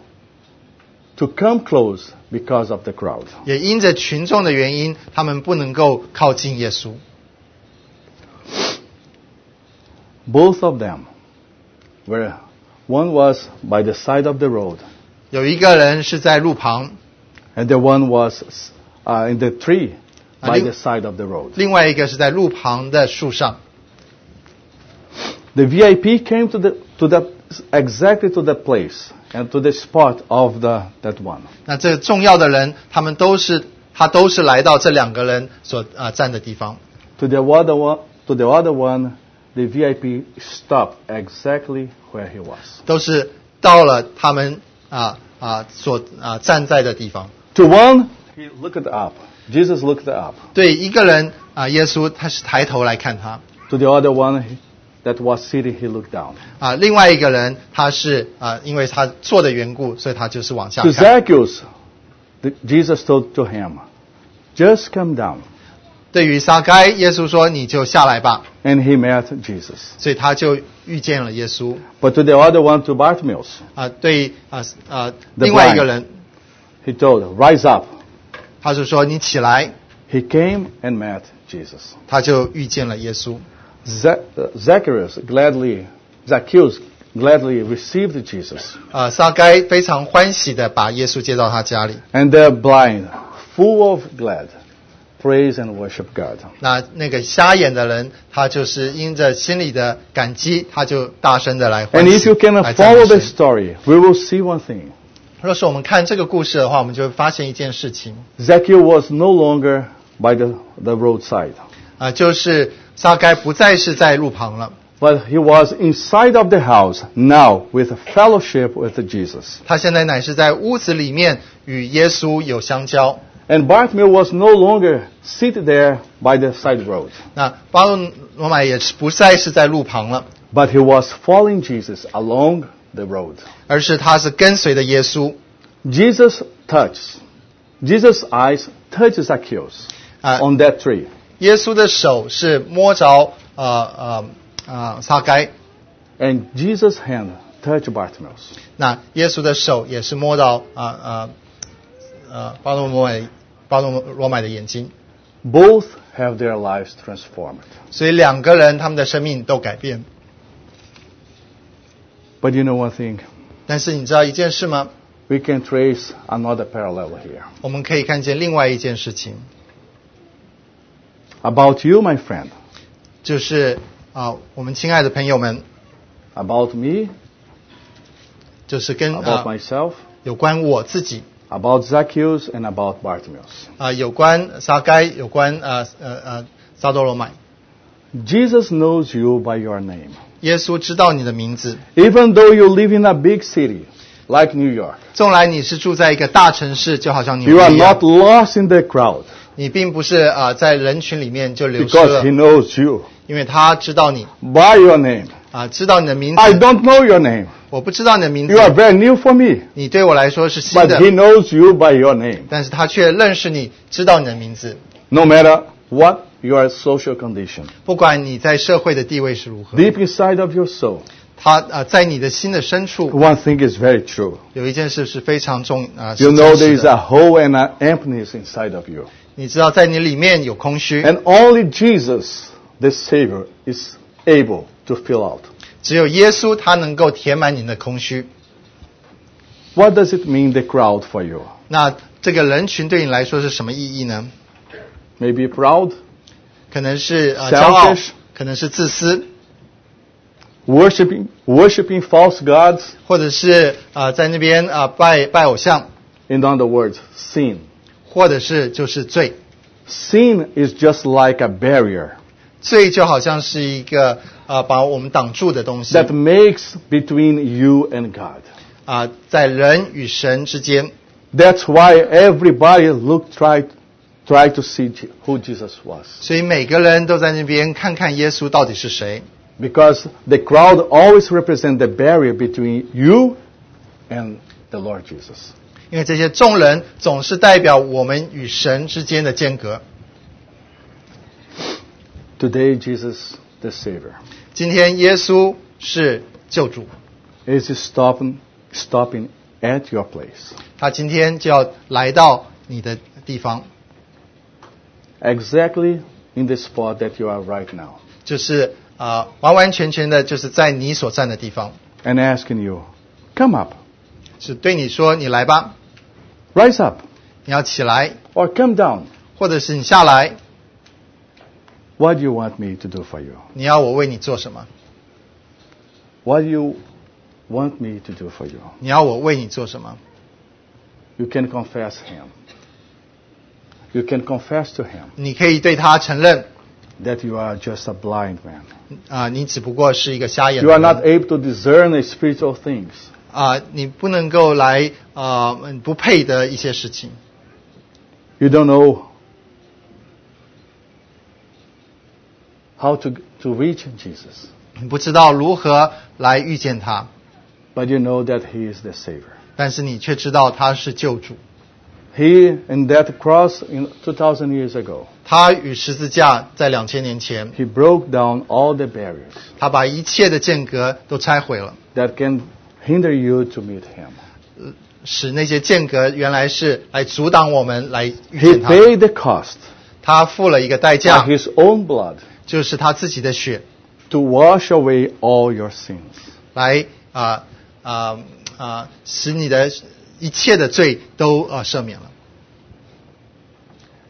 to come close because of the crowd.
也因着群众的原因，他们不能够靠近耶稣。
Both of them were, one was by the side of the road,
有一个人是在路旁，
and the one was uh, in the tree
I
by
think-
the side of the road.
另外一个是在路旁的树上。
The VIP came to the to the exactly to the place and to the spot of the that one.
那这重要的人，他们都是他都是来到这两个人所啊、站的地方。
To the other one, to the other one, the VIP stopped exactly where he was.
都是到了他们啊啊所啊站在的地方。
To one, he looked up. Jesus looked up.
对一个人啊，耶稣他是抬头来看他
To the other one he- that was sitting, he looked down.
啊，另外一个人他是啊，因为他坐的缘故，所以他就是往下
To
看。
Zacchaeus, the, Jesus told to him, "Just come down."
对于撒该，耶稣说：“你就下来吧。
And he met Jesus. ”
所以他就遇见了耶稣
But to the other one, to Bartimaeus,
啊。对啊啊，
The
另外一个人，
he told, "Rise up."
他就说：“你起来。
He came and met Jesus. ”
他就遇见了耶稣。
Za- uh, Zacharias gladly, Zacchaeus gladly received Jesus,
啊，撒该非常欢喜的把耶稣接到他家里。
and the blind, full of glad, praise and worship God.
那那个瞎眼的人，他就是因着心里的感激，他就大声的来欢
And
喜。
if you can
来赞美
follow the
神
story, we will see one thing:
若是我们看这个故事的话，我们就会发现一件事情
Zacchaeus was no longer by the, the roadside,
啊、就是撒该不再是在路旁了，
but he was inside of the house now with fellowship with Jesus.
他现在乃是在屋子里面与耶稣有相交。
And Bartimaeus was no longer seated there by the side road,
那巴路罗买也不再是在路旁了，
but he was following Jesus along the road.
而是他是跟随着耶稣
Jesus touches, Jesus' eyes touches Zacchaeus
啊、
on that tree.
耶稣的手是摸着呃呃呃撒该，
And Jesus' hand touched Bartimaeus.
那耶稣的手也是摸到啊啊呃巴路罗买巴路罗买的眼睛，
Both have their lives transformed.
所以两个人他们的生命都改变。
But you know one thing?
但是你知道一件事吗？
We can trace another parallel here.
我们可以看见另外一件事情，
About you, my friend.
就是啊、我们亲爱的朋友们，
About me,
就是跟啊、
about myself,
有关我自己
about Zacchaeus, and about Bartimaeus.
啊、有关撒该，有关呃呃呃撒多罗买。
Jesus knows you by your name.
耶稣知道你的名字，
Even though you live in a big city like New York,
纵然你是住在一个大城市，就好像你
you are
一样
not lost in the crowd
你并不是啊、呃在人群里面就流失
because
了
he，knows you
因为他知道你
by your name.
啊、知道你的名字。
I don't know your name.
我不知道你的名字
You，are very new for me,
你对我来说是新
but
的
he，knows you by your name.
但是他却认识你，知道你的名字。
No matter what your social condition,
不管你在社会的地位是如何，
deep inside of your soul,
他啊、呃在你的心的深处
one thing is very true.
有一件事是非常重啊、呃是
You
真
know there
实
is
的
a hole and an emptiness inside of you.
你知道在你里面有空虚，
And only Jesus, the Savior, is able to fill out.
只有耶稣他能够填满你的空虚。
What does it mean, the crowd for you?
那这个人群对你来说是什么意义呢？
Maybe proud,
可能是呃骄傲
Selfish，
可能是自私，
worshiping, worshiping false gods,
或者是啊、呃在那边啊、呃拜拜偶像，
in other words, sin.
或者是就是罪。
Sin is just like a barrier
罪就好像是一个啊、呃把我们挡住的东西啊
that、makes between you and God.
呃在人与神之间，
That's why everybody look tried tried to see Je- who Jesus was
所以每个人都在那边看看耶稣到底是谁，
because the crowd always represent the barrier between you and the Lord Jesus.
因为这些众人总是代表我们与神之间的间隔。
Today Jesus the Savior
今天耶稣是救主，
is stopping stopping at your place.
他今天就要来到你的地方，
Exactly in the spot that you are right now.
就是啊、呃完完全全的就是在你所站的地方，
And asking you, come up,
是对你说你来吧，
rise up,
你要起来，
or come down.
或者是你下来，
What do you want me to do for you?
你要我为你做什么？
What do you want me to do for you?
你要我为你做什么？
You can confess him. You can confess to him
你可以对他承认
that you are just a blind man.
啊、你只不过是一个瞎眼
You
的
are not
人
able to discern the spiritual things.
啊、你不能够来啊、嗯不配得一些事情，
You don't know how to, to reach Jesus,
你不知道如何来遇见他，
but you know that he is the Savior.
但是你却知道他是救主。
He in that cross in 2000 years ago,
他与十字架在两千年前，
he broke down all the barriers
他把一切的间隔都拆毁了，
that can hinder you to meet him.
使那些间隔原来是来阻挡我们来遇
He
见
啊
他的。
paid the cost
他付了一个代
by
价，
his own blood
就是他自己的血，
to wash away all your sins.
来啊啊啊，使你的一切的罪都呃赦免了。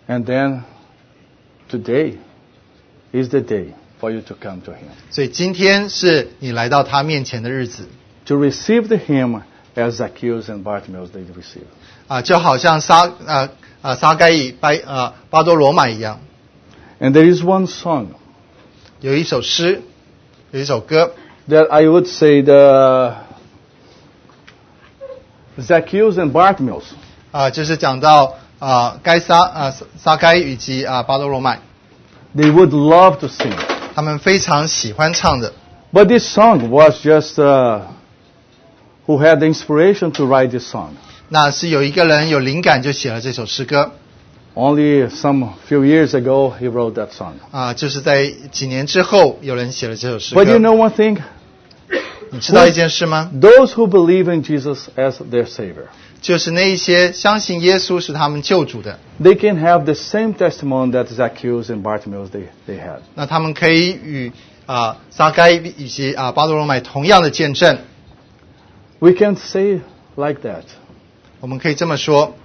And then today is the day for you to come to Him,
所以今天是你来到他面前的日子
to receive the Him as Zacchaeus and Bartimaeus did receive.
啊、就好像撒啊啊撒该以巴啊巴多罗买一样，
And there is one song
有一首诗，有一首歌，
that I would say the Zacchaeus and Bartimaeus
啊，就是讲到啊、啊该撒啊撒该以及啊巴多罗买，
They would love to sing.
他们非常喜欢唱的。
But this song was just uh, who had the inspiration to write this song.
那是有一个人有灵感就写了这首诗歌
Only some few years ago he wrote that song.
啊，就是在几年之后有人写了这首诗歌。
But you know one thing?
你知道一件事吗？
Those who believe in Jesus as their Savior,
就是那一些相信耶稣是他们救主的，
they can have the same testimony that Zacchaeus and Bartimaeus they, they had.
那他们可以与啊撒该以及啊巴多罗买同样的见证。
We can say like that.
我们可以这么说，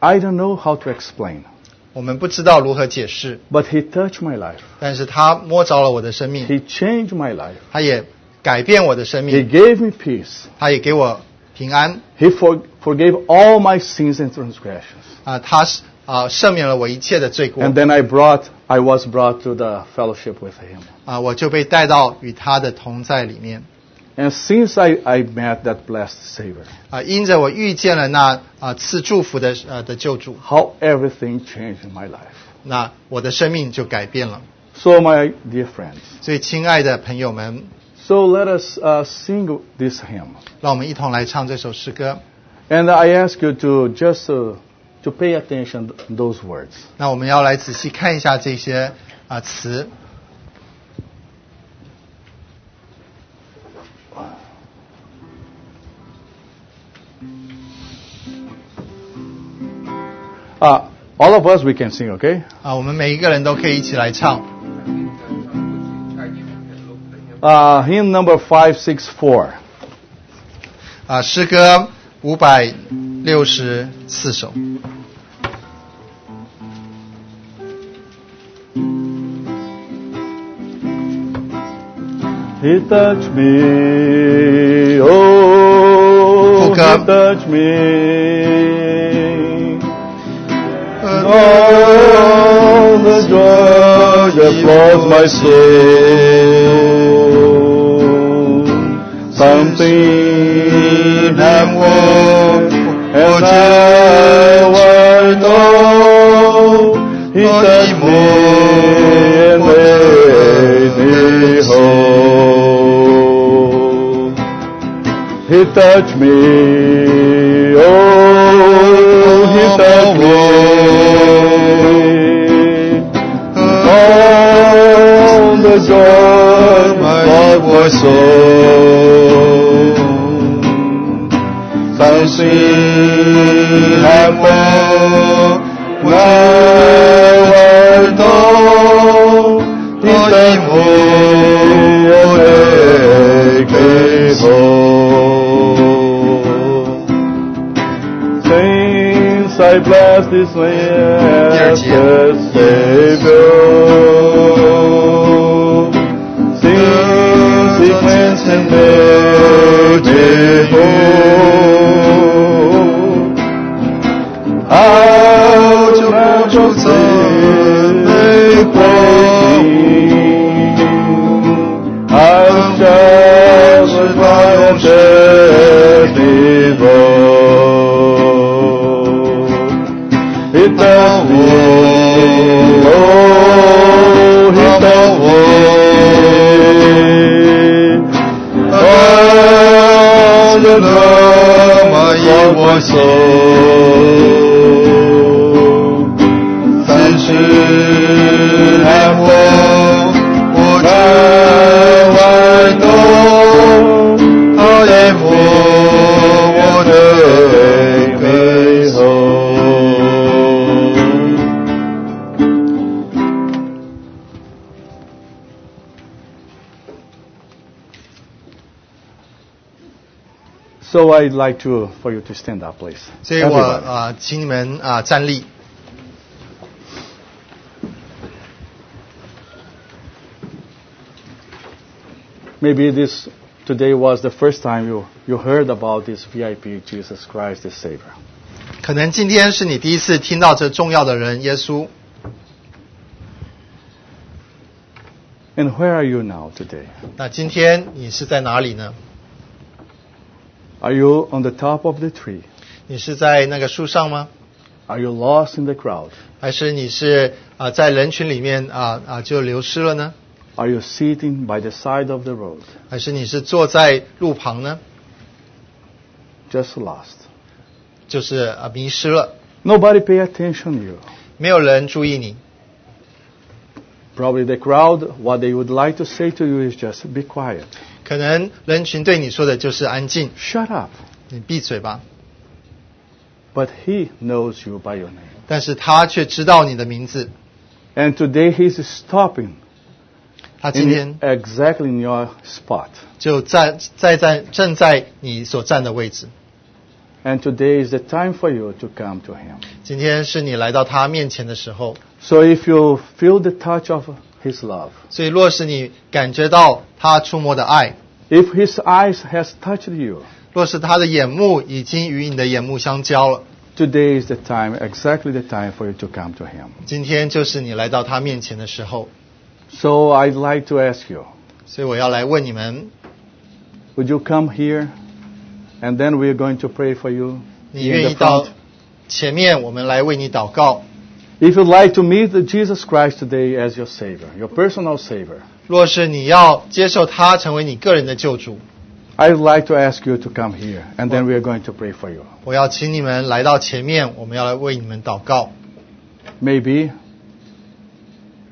I don't know how to explain,
我们不知道如何解释，
but he touched my life.
但是他摸着了我的生命，
He changed my life.
他也改变我的生
He
命，
gave me peace.
他也给我平安
He for, forgave all my sins and transgressions.
啊，他是啊赦免了我一切的罪过
And then I brought, I was brought to the fellowship with him.
啊，我就被带到与他的同在里面
And since I, I met that blessed Savior,
啊，因着我遇见了那啊赐祝福的呃的救主，
how everything changed in my life.
那我的生命就改变了。
So, my dear friends,
所以，亲爱的朋友们，
so let us uh, sing this hymn.
让我们一同来唱这首诗歌。
And I ask you to just uh, to pay attention to those words.
那我们要来仔细看一下这些啊、词。
Uh, all of us, we can sing, okay?
啊，我们每一个人都可以一起来唱
Uh, hymn number 564.
啊，诗歌五百六十四首。
He touched me, oh,
Fuka.
he touched me.
Oh,
Oh, the joy that floods my soul. Something that was, and I will know. He touched me and made me whole. He touched me, oh, he touched me. Oh, the joy of my soul. Something happened when I know he touched me and made me whole. Since I bless this land, Savior. Since He cleansed and made me whole, out of natural sin they I'm just by a dead devil. It does me, oh, it does me. Oh, the love of my soul. 三十年后，我才会懂，他淹没我的背后。So I'd like to for you to stand up, please.
所以我
Everybody.
啊、请你们啊、站立。
Maybe this today was the first time you, you heard about this VIP Jesus Christ the Savior.
可能今天是你第一次听到这重要的人耶稣。
And where are you now today?
那今天你是在哪里呢？
Are you on the top of the tree?
你是在那个树上吗？
Are you lost in the crowd?
还是你是啊、呃在人群里面啊啊、就流失了呢？
Are you sitting by the side of the road?
还是你是坐在路旁呢？
Just lost.
就是啊、迷失了，
Nobody pay attention to you.
没有人注意你。
Probably the crowd, what they would like to say to you is just be quiet.
可能人群对你说的就是安静，
Shut up.
你闭嘴吧。
But he knows you by your name.
但是他却知道你的名字。
And today he's stopping
他
in-
今天
exactly in your spot.
就站在在正在你所站的位置。
And today is the time for you to come to him.
今天是你来到他面前的时候，
So if you feel the touch of his love,
所以若是你感觉到他触摸的爱，
if his eyes has touched you,
若是他的眼目已经与你的眼目相交了，
today is the time, exactly the time for you to come to him.
今天就是你来到他面前的时候。
So I'd like to ask you,
所以我要来问你们，
would you come here? And then we're going to pray for you
你
in
愿
the
意到
front.
前面我们来为你祷告？
If you'd like to meet Jesus Christ today as your Savior, your personal Savior,
若是你要接受他成为你个人的救主，
I'd like to ask you to come here, and then we are going to pray for you.
我要请你们来到前面，我们要来为你们祷告。
Maybe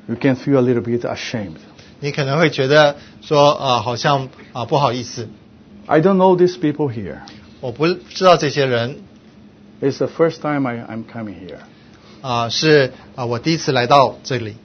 you can feel a little bit ashamed.
你可能会觉得说，呃，好像啊、不好意思，
I don't know these people here.
我不知道这些人
It's the first time I, I'm coming here.
啊、是啊、我第一次来到这里，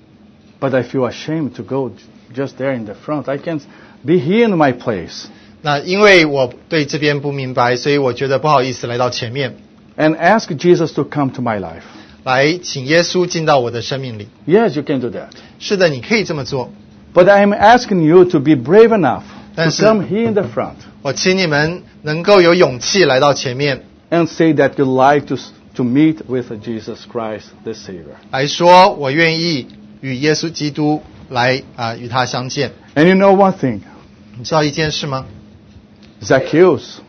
But I feel ashamed to go j- just there in the front. I can be here in my place.
那因为我对这边不明白，所以我觉得不好意思来到前面，
and ask Jesus to come to my life.
来请耶稣进到我的生命里。
Yes, you can do that.
是的，你可以这么做。
But I am asking you to be brave enough to
That's it.
come here in the front
我请你们能够有勇气来到前面，
and say that you like to, s- to meet with Jesus Christ, the Savior.
来说我愿意与耶稣基督来啊、与他相见。
And you know one thing
你知道一件事吗？
Zacchaeus,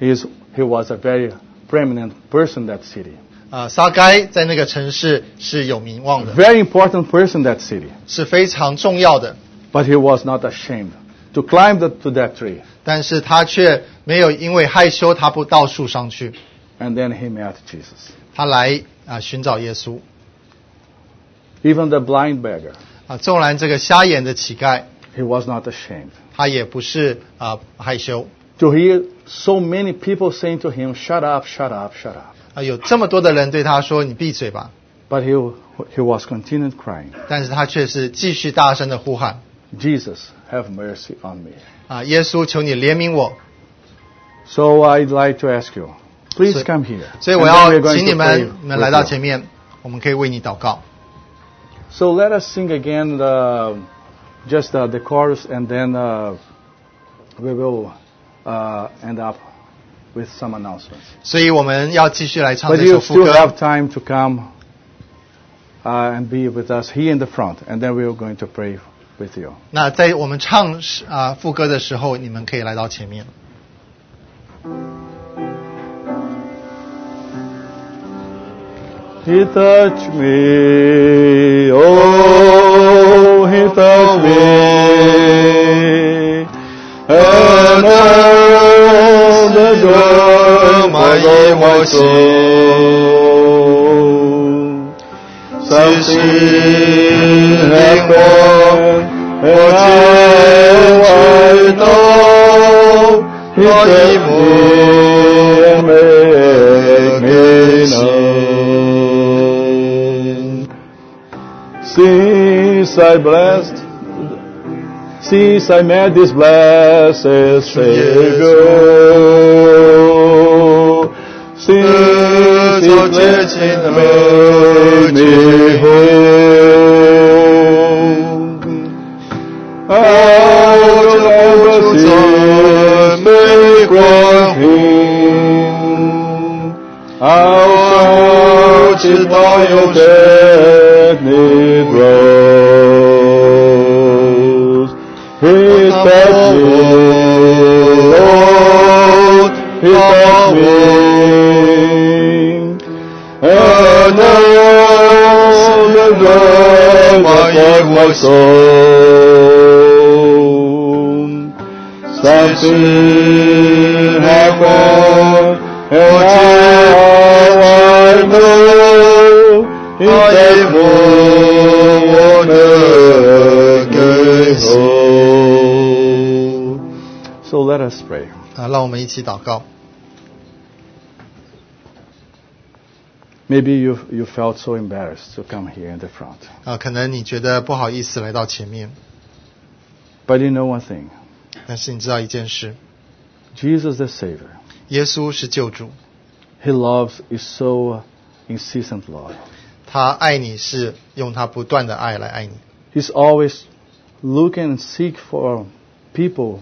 he, is, he was a very prominent person in that city,
啊、撒该在那个城市是有名望的，
very important person in that city.
是非常重要的，
But he was not ashamed to climb the, to that tree.
但是他却没有因为害羞，他不到树上去，
And then he met Jesus.
他来啊、寻找耶稣。
Even the blind beggar,
啊，纵然这个瞎眼的乞丐，
he was not ashamed.
他也不是啊、害羞
to hear so many people saying to him, shut up, shut up, shut up.
啊、有这么多的人对他说：“你闭嘴吧
But he, he was continued crying,！”
但是他却是继续大声的呼喊
Jesus, have mercy on me.
啊、耶稣，求你怜悯我！”
So I'd like to ask you, please
So-
come here.
所以
And
我
then
要
we're going
请
to
你们，
pray
你们来到
with
前
you.
面，我们可以为你祷告。
So let us sing again the, just uh, the chorus and then uh, we will uh, end up with some announcements.
所以我们要继续来唱
But
这首
you
副
still
歌
have。time to come uh, and be with us here in the front and then we are going to pray with you.
那在我们唱啊、副歌的时候，你们可以来到前面。
He touched me, oh, he touched me, and all the joy my, my soul. Something happened, and I know he touched me and made me know. Since I blessed, since I met this blessed Savior, since His blessing made me whole. Out of the sin make one king. Out is by your dead need rose. He set me, Lord, he set me. And
soul. Some sin have gone, and all I know is that one again whole.
So let us pray.
啊，让我们一起祷告。
Maybe you, you felt so embarrassed to come here in the front.
啊，可能你觉得不好意思来到前面，
But you know one thing
但是你知道一件事，
Jesus, the Savior,
耶稣是救主，
He loves is so incessant love.
他爱你是用他不断的爱来爱你，
He's always looking and seek for people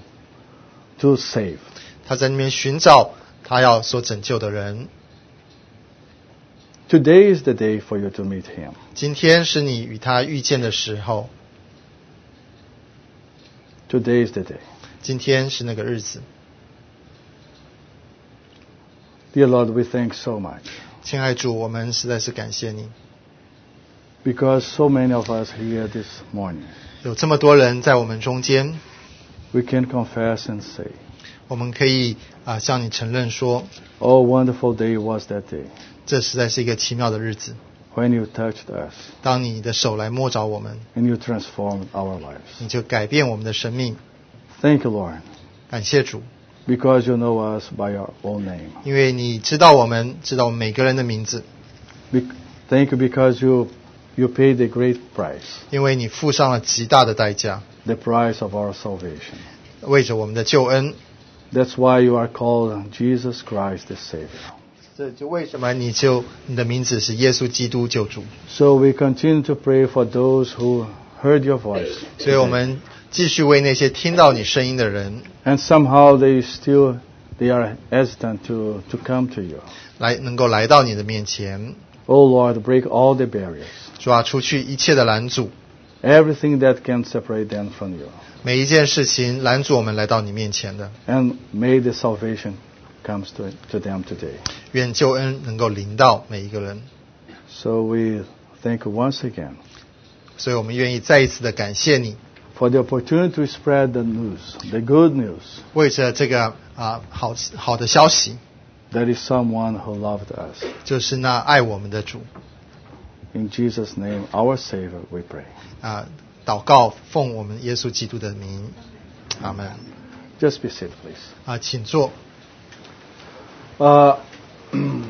to save.
他在那边寻找他要所拯救的人。
Today is the day for you to meet Him.
今天是你与他遇见的时候，
Today is the day.
今天是那个日子。
Dear Lord, we thank so much
亲爱主，我们实在是感谢你，
because so many of us here this morning,
有这么多人在我们中间，
we can confess and say,
我们可以啊、向你承认说，
Oh, wonderful day was that day
这实在是一个奇妙的日子。
when you touched us
当你的手来摸着我们，
and you transformed our lives.
你就改变我们的生命。
Thank you, Lord,
感谢主，
because you know us by our own name.
因为你知道我们，知道我们每个人的名字，
Be- thank you because you, you paid the great price,
因为你付上了极大的代价，
the price of our salvation.
为着我们的救恩。
That's why you are called Jesus Christ the Savior.
这就为什么你就你的名字是耶稣基督救主。
So we continue to pray for those who heard your voice
所以我们继续为那些听到你声音的人
and somehow they still they are hesitant to, to come to you.
来能够来到你的面前，
Oh Lord, break all the barriers,
抓出去一切的拦阻，
everything that can separate them from you,
每一件事情拦阻我们来到你面前的。
and may the salvation comes to, to them today.
愿救恩能够临到每一个人。
So we thank you once again
所以我们愿意再一次的感谢你，
for the opportunity to spread the news, the good news
为着这个啊好好的消息，
that is someone who loved us.
就是那爱我们的主
In Jesus' name, our Savior, we pray.
啊，祷告奉我们耶稣基督的名，阿门
Just be seated, please.
啊，请坐。
Uh,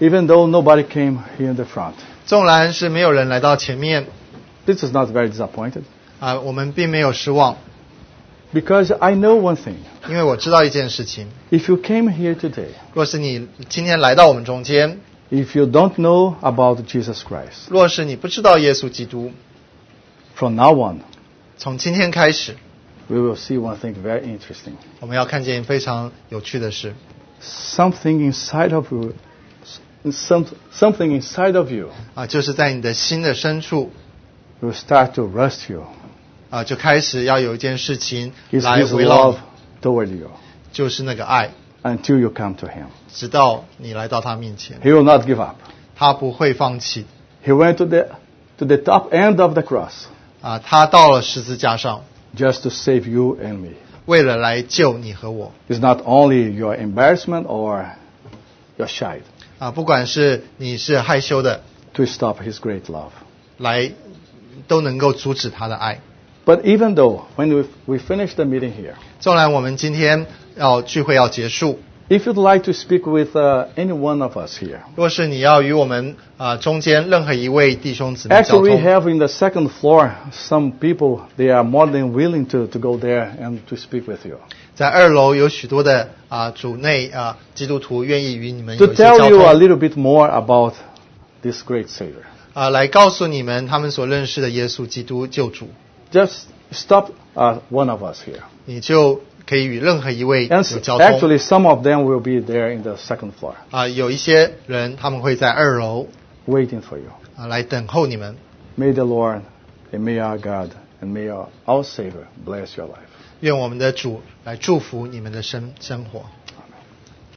even though nobody came here in the front,
纵然是没有人来到前面
this is not very disappointed
啊，我们并没有失望，
because I know one thing.
因为我知道一件事情：
If you came here today,
若是你今天来到我们中间，
if you don't know about Jesus Christ,
若是你不知道耶稣基督，
from now on,
从今天开始，
we will see one thing very interesting.
我们要看见非常有趣的事，
Something inside of you, some, something inside of you
啊，就是在你的心的深处
will start to rust you.
啊，就开始要有一件事情
His,
来
his
围绕你
love，toward you
就是那个爱，
until you come to him.
直到你来到他面前，
He will not give up.
他不会放弃
He went to the, to the top end of the cross
啊，他到了十字架上，
just to save you and me.
为了来救你和我
It's not only your embarrassment or your shy
啊，不管是你是害羞的，
to stop his great love.
来都能够阻止他的爱。
But even though when we, we finish the meeting here,
纵然我们今天要聚会要结束，
if you'd like to speak with uh, any one of us here,
若是你要与我们啊、中间任何一位弟兄姊妹交
actually we
通，
have in the second floor some people, they are more than willing to, to go there and to speak with you.
在二楼有许多的啊、主内啊、基督徒愿意与你们有
To
一些交
tell you a
通
little bit more about this great Savior.
啊、来告诉你们他们所认识的耶稣基督救主，
Just stop uh, one of us here.
你就可以与任何一位
And
有
s-
交通。
actually, some of them will be there in the second floor
啊、有一些人他们会在二楼
waiting for you.
啊、来等候你们。
May the Lord and may our God and may our, our Savior bless your life.
愿我们的主来祝福你们的生生活。